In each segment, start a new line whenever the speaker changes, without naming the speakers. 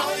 Are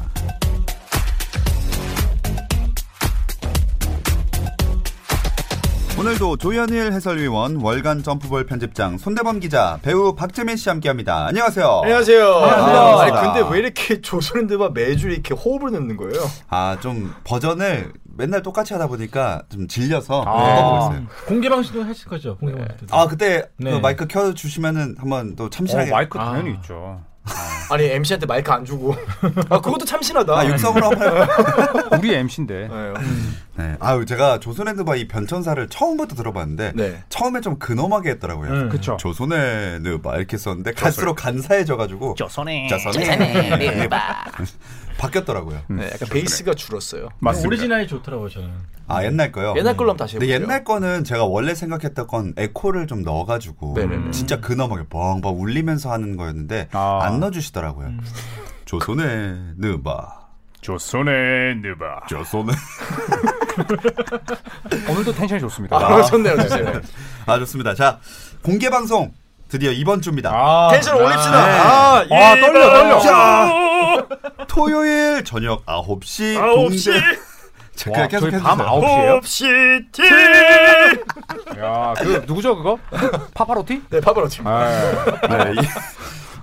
오늘도 조현일 해설위원, 월간 점프볼 편집장 손대범 기자, 배우 박재민 씨 함께합니다. 안녕하세요.
안녕하세요.
안녕하세요.
아니, 근데 왜 이렇게 조선인들만 매주 이렇게 호흡을 넣는 거예요?
아, 좀 버전을 맨날 똑같이 하다 보니까 좀 질려서
아.
바꿔보고 있어요.
공개 방송도 하실 거죠? 공개 방송도.
아, 그때
네.
그 마이크 켜주시면은 한번 또
어,
참신하게
마이크
아.
당연히 있죠.
아니 MC한테 마이크 안 주고. 아 그것도 참신하다.
아, 육성으로 한번 해요.
우리 MC인데. 음.
네.
네. 아유, 제가 조선의 느바 이 변천사를 처음부터 들어봤는데
네.
처음에 좀 근엄하게 했더라고요.
그쵸.
네, 조선의 느바 이렇게 썼는데 갈수록 간사해져가지고
조선에.
조선의 느바 바뀌었더라고요.
네, 약간 베이스가 줄었어요.
맞습니다.
오리지널이 좋더라고요 저는.
아 옛날 거요.
옛날 걸로 한번 다시
근데
해보세요.
옛날 거는 제가 원래 생각했던 건 에코를 좀 넣어가지고
네네네.
진짜 근엄하게 벙벙 울리면서 하는 거였는데
아.
안 넣어주시더라고요. 조선의 느바.
조선의 느바.
조선의
오늘도 텐션이 좋습니다.
아 그러셨네요, 진짜.
아 좋습니다. 자 공개 방송 드디어 이번 주입니다.
텐션 올립시다. 아, 예.
네. 아, 떨려, 떨려.
자, 토요일 저녁 9시 공개. 자, 그냥 계속
저희
해주세요.
밤 9시에요?
시티.
야, 그, 누구죠, 그거? 파파로티?
네, 파바로티.
아,
네, 이-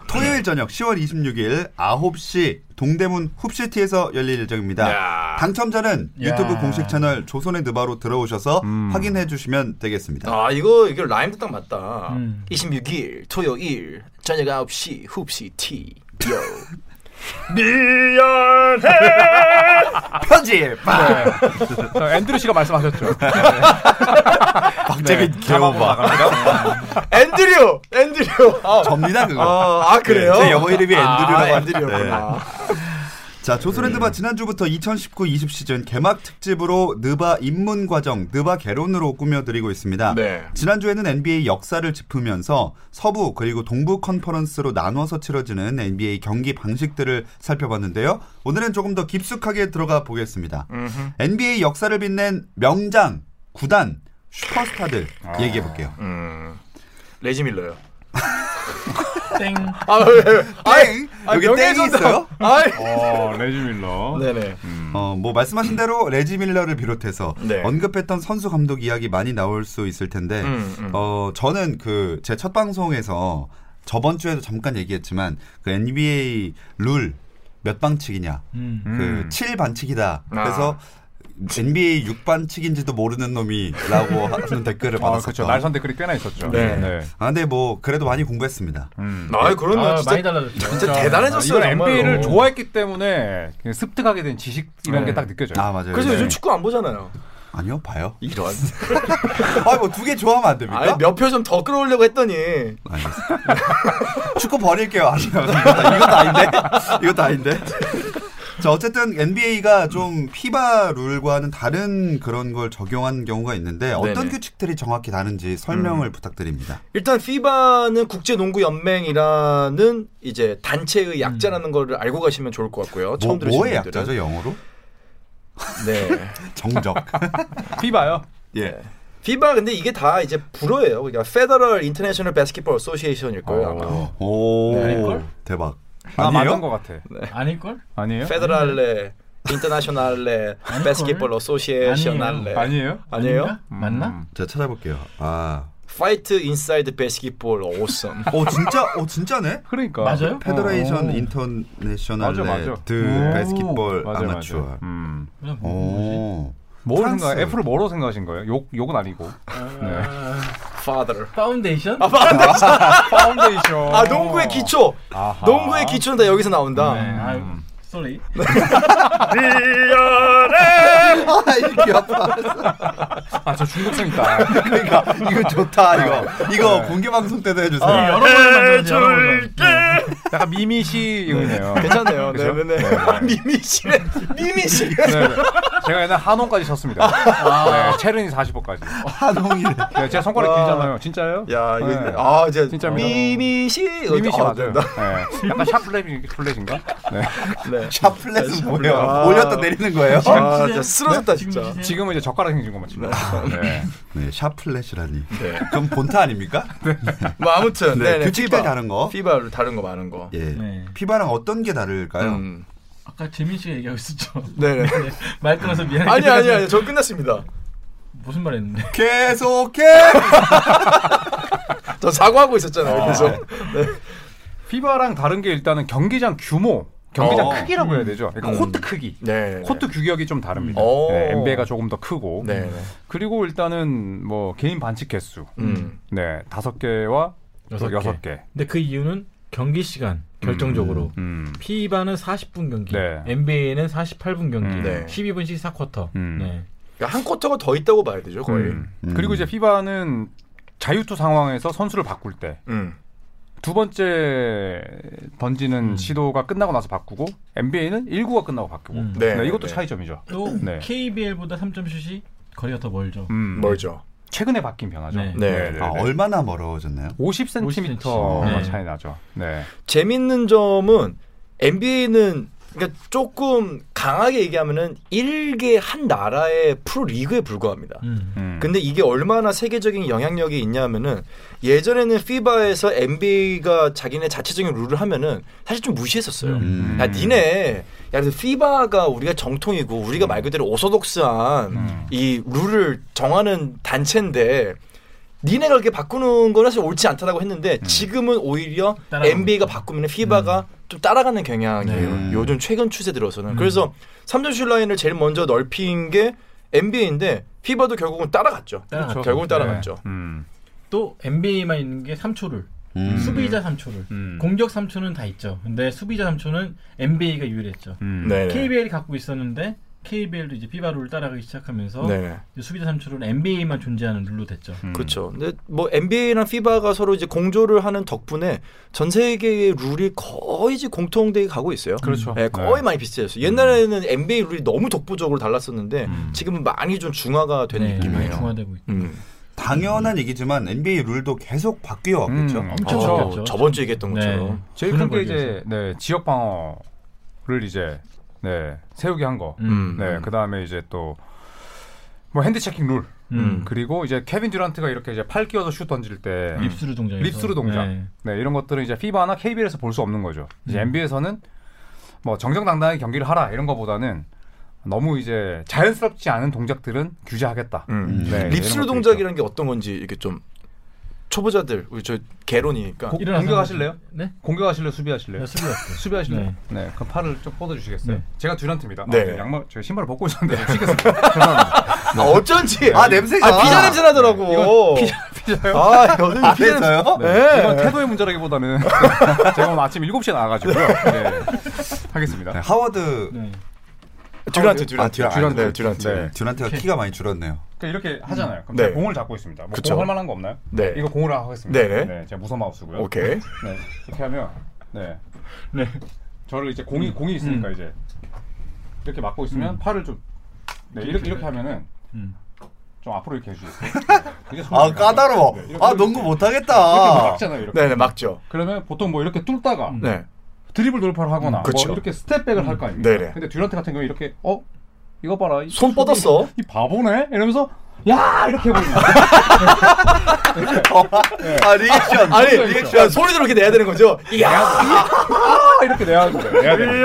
토요일 저녁 10월 26일 9시 동대문 훅시티에서 열릴 예정입니다. 당첨자는 유튜브 공식 채널 조선의 느바로 들어오셔서 확인해 주시면 되겠습니다.
아 이거 이거 라임도 딱 맞다.
음.
26일 토요일 저녁 9시 훅시티. 요.
편집!
어, 앤드류 씨가 말씀하셨죠.
박재민 아, 개오바.
앤드류, 앤드류. 아,
접니다, 그거.
아, 아, 그래요?
네, 제 영어 이름이
아,
앤드류라고 하는데. 네.
앤드류였구나. 음.
자, 조선의 느바 지난주부터 2019-20 시즌 개막 특집으로 느바 입문 과정, 느바 개론으로 꾸며드리고 있습니다.
네.
지난주에는 NBA 역사를 짚으면서 서부 그리고 동부 컨퍼런스로 나눠서 치러지는 NBA 경기 방식들을 살펴봤는데요. 오늘은 조금 더 깊숙하게 들어가 보겠습니다. NBA 역사를 빛낸 명장, 구단, 슈퍼스타들
아.
얘기해 볼게요.
음. 레지 밀러요.
땡.
아, 왜, 왜.
땡! 여기
명예의
땡이
전당.
있어요?
아이.
어, 레지 밀러.
네네.
어, 뭐 말씀하신 대로 레지 밀러를 비롯해서
네.
언급했던 선수 감독 이야기 많이 나올 수 있을 텐데
음, 음.
어, 저는 그 제 첫 방송에서 저번 주에도 잠깐 얘기했지만 그 NBA 룰 몇 방칙이냐
음.
그 7반칙이다 그래서 NBA 6반칙인지도 모르는 놈이라고 하는 댓글을
아, 그쵸.
받았었죠.
날선 댓글이 꽤나 있었죠.
네.
아, 근데 뭐 그래도 많이 공부했습니다.
음.
아이 그런
아, 많이
거
그러니까
진짜
달라졌죠.
진짜 대단해졌어요.
이건
정말로.
NBA를 좋아했기 때문에 그냥 습득하게 된 지식 이런 게 딱 느껴져요.
아 맞아요.
그래서
네.
요즘 축구 안 보잖아요.
아니요 봐요.
이런.
아뭐 두 개 좋아하면 안 됩니까?
아이 몇표 좀 더 끌어올려고 했더니
알겠습니다. 축구 버릴게요. 아니요. 이것도, 이것도 아닌데. 이것도 아닌데. 자, 어쨌든 NBA가 좀 피바 룰과는 다른 그런 걸 적용한 경우가 있는데 어떤
네네.
규칙들이 정확히 다른지
음.
설명을 부탁드립니다.
일단 FIBA는 국제 농구 연맹이라는 이제 단체의 약자라는 걸 알고 가시면 좋을 것 같고요.
뭐,
처음 들으시는
뭐의
분들은.
약자죠, 영어로?
네.
정적.
피바요. 네.
예.
FIBA 근데 이게 다 이제 불어예요. 그러니까 Federal International Basketball Association일 거예요. 아마.
오.
아닐걸?
대박.
네. 아, 맞는
아니에요?
것 같아.
네.
아닐 걸?
아니에요?
Federale Internationale Basketball Associationale
아니에요? 음.
아니에요? 음.
아닌가? 맞나?
제가 찾아볼게요. 아.
Fight Inside Basketball Awesome.
오, 어, 진짜? 오, 진짜네?
그러니까.
맞아요?
페더레이션
어. 맞아,
인터내셔널레
맞아.
네, 드
오.
배스킷볼
맞아,
아마추어.
맞아. 음.
그냥
어.
뭐지?
오.
뭐
프랑스.
생각? F를 뭐로 생각하신 거예요? 욕 욕은 아니고. 네.
Father.
파운데이션?
파운데이션.
아 농구의 기초.
아하.
농구의 기초는 다 여기서 나온다.
네. 아, 쏘리.
아, 이거 귀엽다.
아저 중독성 있다.
그러니까 이거 좋다 이거 이거 공개 방송 때도 해주세요.
아,
네, 여러 번을 네, 만들어줄게.
약간 미미시 이거네요.
괜찮네요.
그죠?
네네네. 미미씨래. 미미씨.
네, 네. 제가 옛날 한홍까지 쳤습니다. 네, 체른이 40호까지. 네,
한홍이래.
제 손가락
아. 와.
길잖아요. 진짜예요?
야 이거
네.
있네. 아 이제
진짜입니다.
미미 씨
미미 씨
아,
맞아요.
된다.
네. 약간 샤플랩이 플랫인가? 네.
네.
샤플렛은
아.
뭐예요? 올렸다 내리는 거예요?
아
주세요.
진짜 쓰러졌다
지금
진짜.
주세요.
지금은 이제 젓가락 생긴 것만 치고. 네.
네, 샤플렛이라니.
네.
그럼 본타 아닙니까?
뭐 아무튼
네,
네, 네,
규칙들
피바
다른 거.
피바를 다른 거 많은 거.
예.
네.
피바랑 어떤 게 다를까요?
음.
아까 재민 씨가 얘기하고 있었죠.
네네.
네. 말 끊어서 미안해.
아니 아니 아니 저 끝났습니다.
무슨 말 했는데?
계속해.
저 사과하고 있었잖아요. 그래서 네.
피바랑 다른 게 일단은 경기장 규모, 경기장
어.
크기라고 해야 되죠. 그러니까
음.
코트 크기.
네.
코트 규격이 좀 다릅니다.
오.
네, NBA가 조금 더 크고.
네. 네.
그리고 일단은 뭐 개인 반칙 개수.
음.
네, 다섯 개와 또 여섯 개.
근데 그 이유는 경기 시간 결정적으로
음.
피바는 40분 경기,
네.
NBA는 48분 경기,
음.
네.
12분씩 4쿼터.
음.
네.
그러니까 한 쿼터가 더 있다고 봐야 되죠 거의.
음.
음.
그리고 이제 피바는 자유투 상황에서 선수를 바꿀 때 두
음.
번째 던지는 시도가 끝나고 나서 바꾸고 NBA는 1구가 끝나고 바꾸고
음.
네,
네,
이것도
네.
차이점이죠.
또
네.
KBL보다 3점 슛이 거리가 더 멀죠.
음.
멀죠.
최근에 바뀐 변화죠.
네.
네.
아, 얼마나 멀어졌나요?
50cm
50cm.
가
네.
차이 나죠. 네.
재밌는 점은 NBA는 그러니까 조금 강하게 얘기하면은 일개 한 나라의 프로 리그에 불과합니다.
음.
음.
근데 이게 얼마나 세계적인 영향력이 있냐면은 예전에는 FIBA에서 NBA가 자기네 자체적인 룰을 하면은 사실 좀 무시했었어요.
음.
야 니네 야 그래서 FIBA가 우리가 정통이고 우리가 말 그대로 오소독스한 이 룰을 정하는 단체인데 니네가 그렇게 바꾸는 건 사실 옳지 않다라고
음.
했는데 지금은 오히려
따라가고
NBA가 바꾸면 FIBA가 좀 따라가는 경향이에요.
네.
요즘 최근 추세
음.
들어서는. 그래서 3점슛 라인을 제일 먼저 넓힌 게 NBA인데 FIBA도 결국은 따라갔죠.
따라갔죠.
결국은 따라갔죠.
네. 음.
또 NBA만 있는 게 3초를
음.
수비자 3초를
음.
공격 3초는 다 있죠. 근데 수비자 3초는 NBA가 유일했죠.
음.
네.
KBL이 갖고 있었는데 KBL도 이제 피바로를 따라가기 시작하면서
네네.
이제 수비자 3초는 NBA만 존재하는 룰로 됐죠.
음.
그렇죠. 근데 뭐 NBA랑 FIBA가 서로 이제 공조를 하는 덕분에 전 세계의 룰이 거의 이제 공통되게 가고 있어요.
그렇죠.
예, 거의
네.
많이 비슷해졌어요. 옛날에는 NBA 룰이 너무 독보적으로 달랐었는데
음.
지금은 많이 좀 중화가 된
네, 많이
느낌이에요.
중화되고 있죠.
음.
당연한 얘기지만 NBA 룰도 계속 바뀌어 왔겠죠.
음.
엄청
어,
그렇죠.
바뀌었죠.
저번 주에 얘기했던 것처럼.
제일
그런
큰 게
거죠.
이제 네, 지역 방어를 이제 네, 세우게 한 거.
음.
네,
음.
그다음에 이제 또 뭐 핸드 체킹 룰.
음.
그리고 이제 케빈 듀란트가 이렇게 이제 팔 끼워서 슛 던질 때
립스루 동작.
립스루 동작. 네. 이런 것들은 이제 피바나 KBL에서 볼 수 없는 거죠. 이제 NBA에서는 뭐 정정당당하게 경기를 하라 이런 거보다는 너무 이제 자연스럽지 않은 동작들은 규제하겠다.
음.
네, 이런
립스루
것도
동작이라는 게 어떤 건지 이렇게 좀 초보자들 우리 저 개론이니까.
고- 공격하실래요?
네.
공격하실래요? 수비하실래요?
나 수비할게.
수비하실래요?
네.
네. 그럼 팔을 좀 뻗어 주시겠어요?
네.
제가 듀란트입니다.
네.
아, 네, 양말 제가 신발을 벗고 있었는데 치겠습니다.
아, 어쩐지.
아, 냄새가.
아, 피자 냄새 나더라고.
피자요?
아, 요즘
아,
피자 냄새.
그래서요?
네.
네.
이건 태도의 문제라기보다는 제가 오늘 아침 7시에 나와가지고요. 네. 하겠습니다.
네, 하워드
네.
듀란트,
아,
듀란트.
듀란트.
네, 듀란트.
네.
듀란트가
오케이.
키가 많이 줄었네요.
그러니까 이렇게 하잖아요. 그럼
네.
제가 공을 잡고 있습니다. 뭐
그쵸.
공할 만한 거 없나요?
네.
이거 공으로 하겠습니다.
네네.
제가 무선 마우스고요.
오케이.
네. 이렇게 하면 네.
네.
저를 이제
음.
공이 공이 있으니까 이제 이렇게 막고 있으면 팔을 좀 네, 이렇게 이렇게 하면은
음.
좀 앞으로 이렇게 해주세요. 이게
아, 까다로워.
네, 이렇게
아, 농구 못
이렇게
하겠다.
막잖아요. 이렇게.
네네 막죠.
그러면 보통 뭐 이렇게 뚫다가
네.
드리블 돌파를 하거나 뭐
그쵸. 음.
이렇게 스텝백을 할 거 아닙니까?
네네.
근데 듀란트 같은 경우 이렇게 어 이거 봐라 이
손 뻗었어.
이 바보네 이러면서 야 이렇게 해버리는 거야.
아, 리액션.
아니
리액션.
야, 소리도 이렇게 내야 되는 거죠. 야.
아, 이렇게 내야 돼요. 내야 돼요.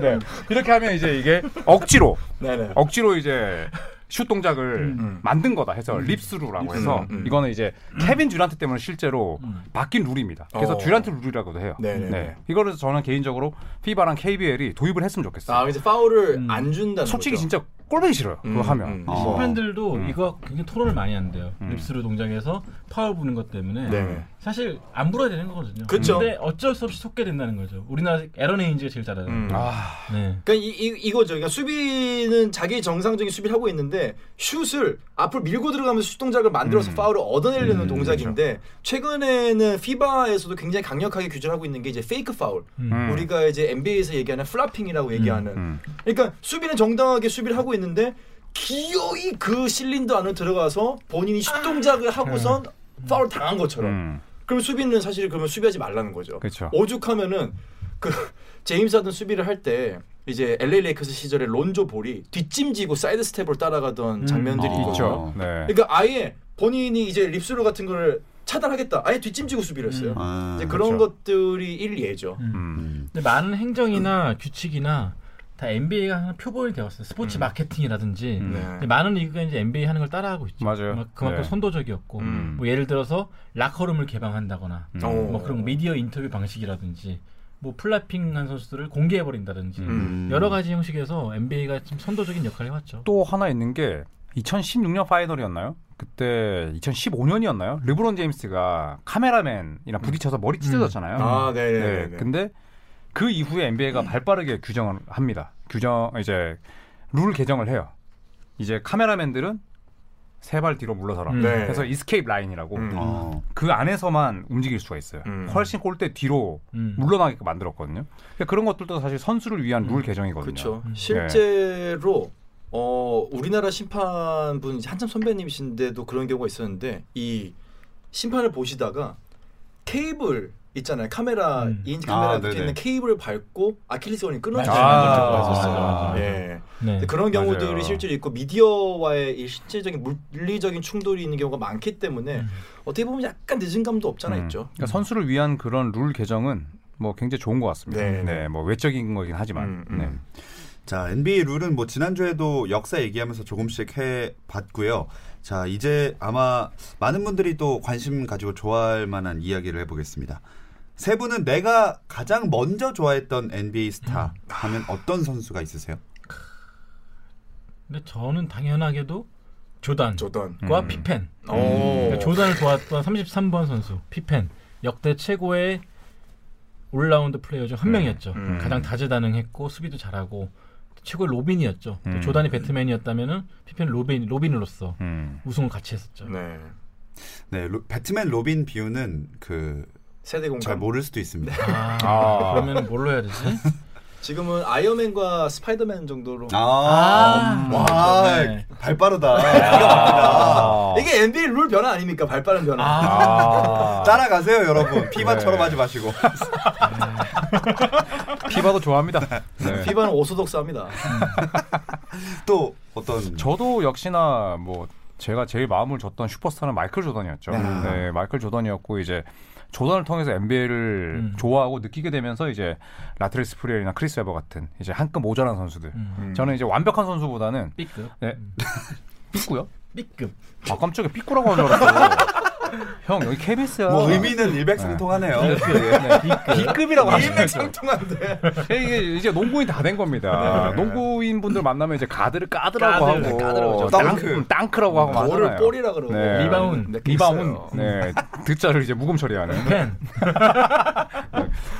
네 이렇게 하면 이제 이게 억지로
네네.
억지로 이제 슛 동작을 만든 거다 해서 립스루라고 해서
음, 음.
이거는 이제 케빈 듀란트 때문에 실제로 바뀐 룰입니다. 그래서
어.
듀란트 룰이라고도 해요.
네네네.
이거를 저는 개인적으로 피바랑 KBL이 도입을 했으면 좋겠어요.
아 이제 파울을
음.
안 준다는
솔직히
거죠.
진짜 꼴보기 싫어요.
음,
그거 하면.
음.
어.
팬들도
음.
이거 굉장히 토론을 많이 하는데요. 립스루 동작에서 파울 부는 것 때문에
네.
사실 안 불어야 되는 거거든요.
그쵸.
근데 어쩔 수 없이 속게 된다는 거죠. 우리나라 에런 헤인즈가 제일 잘하잖아요.
음.
아,
네.
그러니까 이, 이 이거죠. 그러니까 수비는 자기 정상적인 수비를 하고 있는데 슛을 앞으로 밀고 들어가면서 슛 동작을
음.
만들어서 파울을 얻어내려는 동작인데
그렇죠.
최근에는 피바에서도 굉장히 강력하게 규제를 하고 있는 게 이제 페이크 파울.
음.
우리가 이제 NBA에서 얘기하는 플라핑이라고 얘기하는.
음.
그러니까 수비는 정당하게 수비를 하고 있는데 기어이 그 실린더 안으로 들어가서 본인이 슛 동작을 하고선 파울 당한 것처럼.
음.
그럼 수비는 사실 그러면 수비하지 말라는 거죠.
그쵸.
오죽하면은 그 제임스 하든 수비를 할 때 이제 LA 레이커스 시절에 론조 볼이 뒷짐지고 사이드 스텝을 따라가던 장면들이
아.
있거든요.
있죠. 네.
그러니까 아예 본인이 이제 립스루 같은 거를 차단하겠다. 아예 뒷짐지고 수비를 했어요.
아,
이제 그런
그렇죠.
것들이 일례죠.
음.
근데 많은 행정이나 규칙이나 다 NBA가 하는 표본이 되었어요. 스포츠 마케팅이라든지
음.
네.
근데 많은 리그가 이제 NBA 하는 걸 따라하고 있죠.
맞아요.
막 그만큼
네.
선도적이었고
음.
뭐 예를 들어서 락커룸을 개방한다거나
음.
어.
뭐 그런 미디어 인터뷰 방식이라든지 뭐 플라핑한 선수들을 공개해 버린다든지
음.
여러 가지 형식에서 NBA가 좀 선도적인 역할을 해왔죠.
또 하나 있는 게 2016년 파이널이었나요? 그때 2015년이었나요? 르브론 제임스가 카메라맨이랑 부딪혀서 머리 찢어졌잖아요.
음. 아, 네네네. 음.
네. 근데 그 이후에 NBA가 발빠르게 규정을 합니다. 규정 이제 룰 개정을 해요. 이제 카메라맨들은 세 발 뒤로 물러서라.
음.
네.
그래서 이스케이프 라인이라고
음.
어.
그 안에서만 움직일 수가 있어요.
음.
훨씬 골대 뒤로
음.
물러나게끔 만들었거든요. 그러니까 그런 것들도 사실 선수를 위한 룰 개정이거든요.
그렇죠. 실제로 어, 우리나라 심판분 이제 한참 선배님이신데도 그런 경우가 있었는데 이 심판을 보시다가 케이블 있잖아요. 카메라
음.
이인치
아,
카메라 밑에
네네.
있는 케이블을 밟고 아킬레스건이 끊어지는
맞아요.
경우가
맞아요.
있었어요.
맞아요.
예.
네.
근데 그런 경우들이
맞아요.
실제로 있고 미디어와의 이 실제적인 물리적인 충돌이 있는 경우가 많기 때문에 어떻게 보면 약간 늦은 감도 없잖아
음.
있죠.
그러니까 선수를 위한 그런 룰 개정은 뭐 굉장히 좋은 것 같습니다.
네,
네,
네.
뭐 외적인 거긴 하지만.
음, 음.
네.
자, NBA 룰은 뭐 지난주에도 역사 얘기하면서 조금씩 해 봤고요. 자, 이제 아마 많은 분들이 또 관심 가지고 좋아할 만한 이야기를 해 보겠습니다. 세 분은 내가 가장 먼저 좋아했던 NBA 스타 하면 어떤 선수가 있으세요?
근데 저는 당연하게도 조단과
조던.
피펜.
오.
그러니까 조단을 도왔던 33번 선수 피펜 역대 최고의 올라운드 플레이어 중 한 명이었죠.
음.
가장 다재다능했고 수비도 잘하고 최고의 로빈이었죠. 또
음.
조단이 배트맨이었다면은 피펜 로빈 로빈으로서
음.
우승을 같이 했었죠.
네.
네, 로- 배트맨 로빈 비유는 그 잘
세대 공감.
모를 수도 있습니다.
아,
아.
그러면 뭘로 해야 되지?
지금은 아이언맨과 스파이더맨 정도로
아, 음. 와,
네.
발 빠르다. 기가 막히다.
아.
이게 NBA 룰 변화 아닙니까? 발빠른 변화.
아.
따라가세요, 여러분. 피바처럼 하지 마시고.
피바도 좋아합니다. 네.
피바는 오소독스합니다.
또 어떤
저도 역시나 뭐 제가 제일 마음을 줬던 슈퍼스타는 마이클 조던이었죠.
야.
네, 마이클 조던이었고 이제 조던을 통해서 NBA를
음.
좋아하고 느끼게 되면서 이제 라트리 스프리엘이나 크리스 에버 같은 이제 한급 모자란 선수들.
음.
저는 이제 완벽한 선수보다는
B급,
네. 삐꾸요?
B급.
아 깜짝이야 삐꾸라고 하는 줄 알았어. 형 여기 KBS야.
뭐 의미는 일백상통하네요. 예.
B급이라고
아,
하시면
그렇죠.
죠
상통한데.
네, 이게 이제 농구인 다 된
네.
겁니다. 농구인 분들 만나면 이제 가드를 까드라고
가드를
하고
까드라고
그러죠.
땅크 땅크라고 하고
볼을
하잖아요.
볼이라 그러고.
네.
리바운,
느낌
리바운,
있어요.
네, 뒷자를 이제 무금 처리하는.
펜.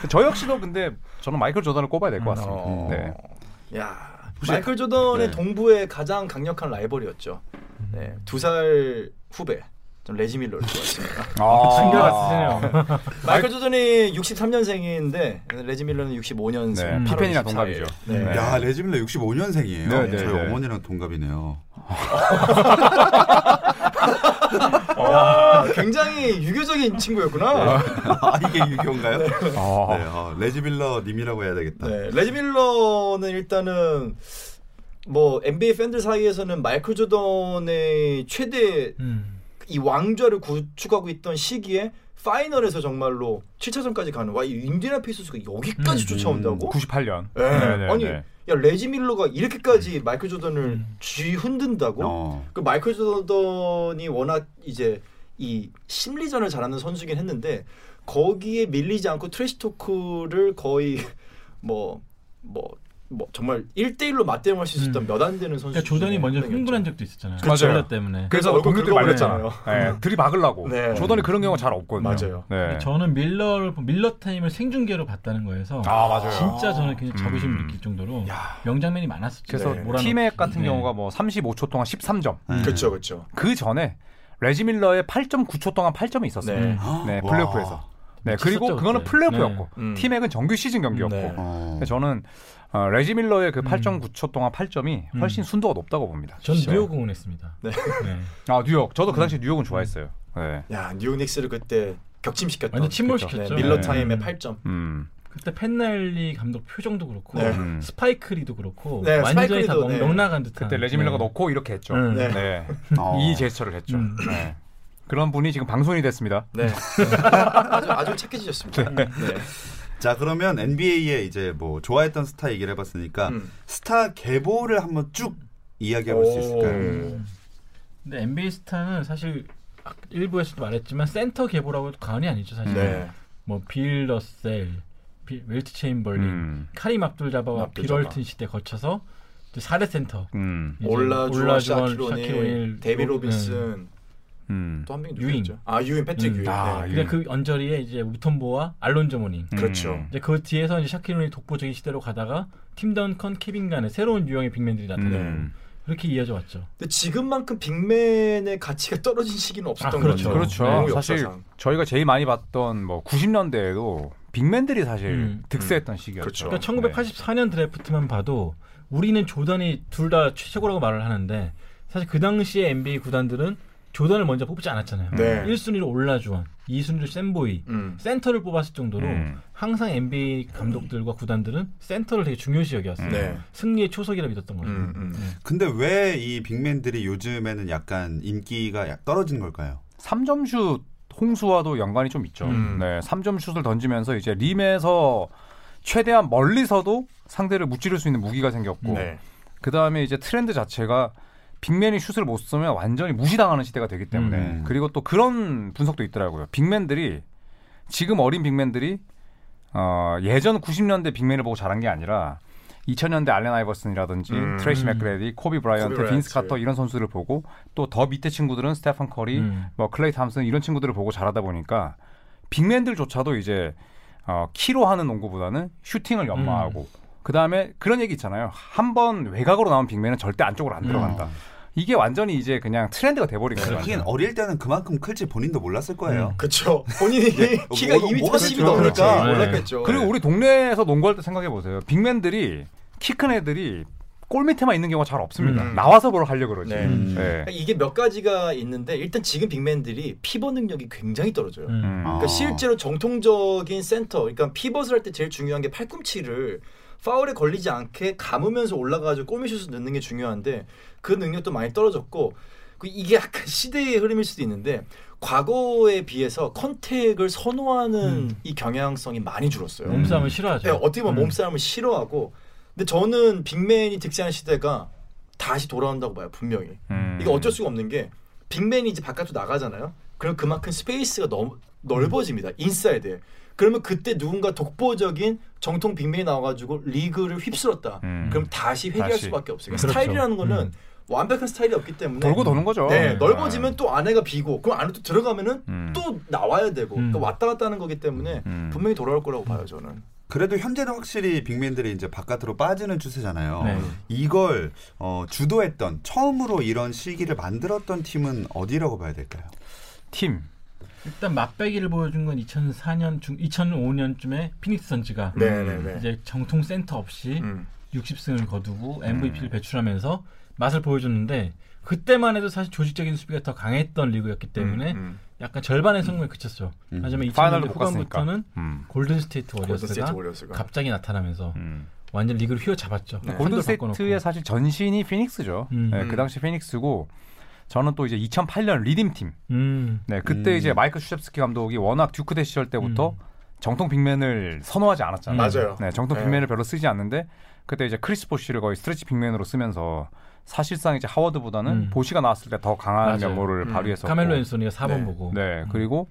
저 역시도 근데 저는 마이클 조던을 꼽아야 될 것
음,
같습니다.
어.
네.
야, 마이클 조던의 동부의 가장 강력한 라이벌이었죠. 네, 두 살 후배. 전 레지 밀러를 좋아했습니다.
한결 같으시네요.
마이클 조던이 63년생인데 레지 밀러는 65년생.
네,
8월
피펜이랑
24일.
동갑이죠.
네.
네.
야, 레지밀러 65년생이에요.
네, 네,
저희
네.
어머니랑 동갑이네요.
와, 굉장히 유교적인
네.
친구였구나.
아, 이게 유교인가요? 네.
아,
어, 레지밀러 님이라고 해야
아.
되겠다.
네, 레지 밀러는 일단은 뭐 NBA 팬들 사이에서는 마이클 조던의 최대
음.
이 왕좌를 구축하고 있던 시기에 파이널에서 정말로 7차전까지 가는 와이 인디나 페이서스가 여기까지
음.
쫓아온다고?
98년. 네,
예.
네.
아니 야 레지 밀러가
음.
이렇게까지 마이클 조던을 쥐 흔든다고?
어.
그 마이클 조던이 워낙 이제 이 심리전을 잘하는 선수긴 했는데 거기에 밀리지 않고 트래시 토크를 거의 뭐 뭐 뭐 정말 1대1로 맞대응할 수 있었던
음.
몇 안 되는 선수.
그러니까 조던이
중에
먼저
한 명이었죠.
흥분한 적도 있었잖아요.
그렇죠.
전략 때문에.
그래서
얼굴
얼굴들이 말렸잖아요.
긁어버려요.
네, 들이막으려고.
네.
조던이 그런 경우가 잘 없거든요.
맞아요.
네.
저는 밀러를 밀러 타임을 생중계로 봤다는 거에서
아 맞아요.
진짜 저는 그냥 자부심 을
음.
느낄 정도로
야.
명장면이 많았었죠.
그래서
네.
몰아넣기.
티맥 같은
네. 음.
경우가 뭐 35초 동안 13점.
그렇죠, 그렇죠.
그 전에 레지밀러의 8.9초 동안 8점이 있었어요.
네.
네,
와.
플레이오프에서. 네,
미쳤었죠,
그리고 그거는
그때.
플레이오프였고
네. 음.
티맥은 정규 시즌 경기였고.
네.
어.
근데 저는 어, 레지밀러의 그 8.9초 동안 8점이 훨씬 순도가 높다고 봅니다.
전
진짜.
뉴욕 응원했습니다.
네.
네.
아 뉴욕. 저도 그 당시 뉴욕은 좋아했어요. 네.
야, 뉴욕 닉스를 그때 격침시켰던
완전 침몰시켰죠.
네, 밀러
네.
타임의 8점.
음.
그때 펜날리 감독 표정도 그렇고
네.
음.
스파이크리도 그렇고
네,
완전히 다
스파이크리도,
넉-
네.
넉나간 듯한.
그때 레지밀러가
네.
넣고 이렇게 했죠.
음.
네.
네.
어.
이 제스처를 했죠.
음.
네. 그런 분이 지금 방송이 됐습니다.
네. 아주 아주 착해지셨습니다. 네.
자 그러면 NBA의 이제 뭐 좋아했던 스타 얘기를 해봤으니까
음.
스타 계보를 한번 쭉 이야기해볼 수 있을까요?
오.
근데 NBA 스타는 사실 아- 일부에서도 말했지만 센터 계보라고 해도 과언이 아니죠 사실.
네.
뭐 빌러셀, 빌- 웰트 체인벌린,
음.
카림 압둘 자바와
압둘 자바.
빌얼튼 시대 거쳐서 이제 4대 센터.
음.
이제
올라주아,
올라주원,
샤키로니,
샤키로닐,
데비
로- 네.
로빈슨
음.
또 한 명이
유잉.
누구였죠? 아 유인 패트릭
음.
유인.
아,
네.
유잉.
그냥 그 언저리에 이제 우턴보와 알론조 모닝.
그렇죠.
이제 그 뒤에서 이제 샤키로니 독보적인 시대로 가다가 팀 던컨, 케빈 간의 새로운 유형의 빅맨들이 나타나고
음.
그렇게 이어져 왔죠.
근데 지금만큼 빅맨의 가치가 떨어진 시기는 없었던
아, 그렇죠.
거죠.
그렇죠.
농구
사실
역사상.
저희가 제일 많이 봤던 뭐 90년대에도 빅맨들이 사실
음.
득세했던 시기였죠.
그렇죠.
네.
그러니까 1984년 드래프트만 봐도 우리는 조던이 둘 다 최고라고 말을 하는데 사실 그 당시에 NBA 구단들은 조던을 먼저 뽑지 않았잖아요.
네.
1순위로 올라주원, 2순위로 샘보이,
음.
센터를 뽑았을 정도로
음.
항상 NBA 감독들과 구단들은 센터를 되게 중요시 여겼어요.
네.
승리의 초석이라 믿었던 거죠.
음, 음.
근데 왜 이 빅맨들이 요즘에는 약간 인기가 약 떨어진 걸까요?
3점슛 홍수와도 연관이 좀 있죠.
음.
네, 3점슛을 던지면서 이제 림에서 최대한 멀리서도 상대를 무찌를 수 있는 무기가 생겼고
네.
그 다음에 이제 트렌드 자체가 빅맨이 슛을 못 쓰면 완전히 무시당하는 시대가 되기 때문에
음.
그리고 또 그런 분석도 있더라고요. 빅맨들이 지금 어린 빅맨들이 어, 예전 90년대 빅맨을 보고 자란 게 아니라 2000년대 알렌 아이버슨이라든지
음.
트레이시 맥그레디, 코비 브라이언트,
코비
빈스
브라이언트.
카터 이런 선수를 보고 또 더 밑에 친구들은 스테판 커리,
음.
뭐 클레이 탐슨 이런 친구들을 보고 자라다 보니까 빅맨들조차도 이제 어, 키로 하는 농구보다는 슈팅을 연마하고 그 다음에 그런 얘기 있잖아요. 한 번 외곽으로 나온 빅맨은 절대 안쪽으로 안 들어간다. 이게 완전히 이제 그냥 트렌드가 돼버린 거예요.
하긴
완전.
어릴 때는 그만큼 클지 본인도 몰랐을 거예요.
그렇죠. 본인이 키가
뭐가-
2m 10이
뭐가 그렇죠.
넘으니까
네.
몰랐겠죠.
그리고 우리 동네에서 농구할 때 생각해 보세요. 빅맨들이 키 큰 애들이 골 밑에만 있는 경우가 잘 없습니다.
음.
나와서 뭘 하려 고 그러지.
네.
음.
네.
그러니까 이게 몇 가지가 있는데 일단 지금 빅맨들이 피벗 능력이 굉장히 떨어져요.
음.
음.
아.
그러니까 실제로 정통적인 센터, 그러니까 피벗을 할 때 제일 중요한 게 팔꿈치를 파울에 걸리지 않게 감으면서 올라가서 꼬미슛을 넣는 게 중요한데 그 능력도 많이 떨어졌고 그 이게 약간 시대의 흐름일 수도 있는데 과거에 비해서 컨택을 선호하는 이 경향성이 많이 줄었어요.
음. 몸싸움을
네,
싫어하죠.
어떻게 보면
음.
몸싸움을 싫어하고 근데 저는 빅맨이 득세한 시대가 다시 돌아온다고 봐요 분명히
음.
이거 어쩔 수가 없는 게 빅맨이 이제 바깥으로 나가잖아요 그럼 그만큼 스페이스가 너무 넓어집니다 인사이드에 그러면 그때 누군가 독보적인 정통 빅맨이 나와가지고 리그를 휩쓸었다
음.
그럼 다시 회귀할
다시.
수밖에 없어요
그렇죠.
스타일이라는 거는
음.
완벽한 스타일이 없기 때문에
돌고 도는 거죠.
네, 넓어지면 또 안에가 비고 그럼 안으로 또 들어가면은
음.
또 나와야 되고
음.
그러니까 왔다 갔다 하는 거기 때문에
음.
분명히 돌아올 거라고 봐요 저는.
그래도 현재는 확실히 빅맨들이 이제 바깥으로 빠지는 추세잖아요.
네.
이걸 어, 주도했던 처음으로 이런 시기를 만들었던 팀은 어디라고 봐야 될까요?
팀.
일단 맛배기를 보여준 건 2004년 중 2005년쯤에 피닉스 선즈가
네네네.
이제 정통 센터 없이
음.
60승을 거두고 MVP를 배출하면서 맛을 보여줬는데 그때만 해도 사실 조직적인 수비가 더 강했던 리그였기 때문에
음.
약간 절반의 성공에 그쳤죠. 하지만 2000년대
파이널도 못 갔으니까.
후반부터는
음.
골든 스테이트
골든스테이트
워리어스가
워리어스가.
갑자기 나타나면서
음.
완전 리그를 휘어잡았죠.
네.
네. 골든
펀드를
세트의
바꿔놓고.
사실 전신이 피닉스죠.
음.
네, 그 당시 피닉스고 저는 또 이제 2008년 리딤 팀.
음.
네, 그때
음.
이제 마이크 슈셉스키 감독이 워낙 듀크 대 시절
음.
때부터 정통 빅맨을 선호하지 않았잖아요.
맞아요.
네, 정통
네.
빅맨을 별로 쓰지 않는데 그때 이제 크리스 보쉬를 거의 스트레치 빅맨으로 쓰면서 사실상 이제 하워드보다는
음.
보쉬가 나왔을 때 더 강한
맞아요.
면모를
음.
발휘해서
카멜로 음. 앤소니가 4번
네.
보고.
네, 그리고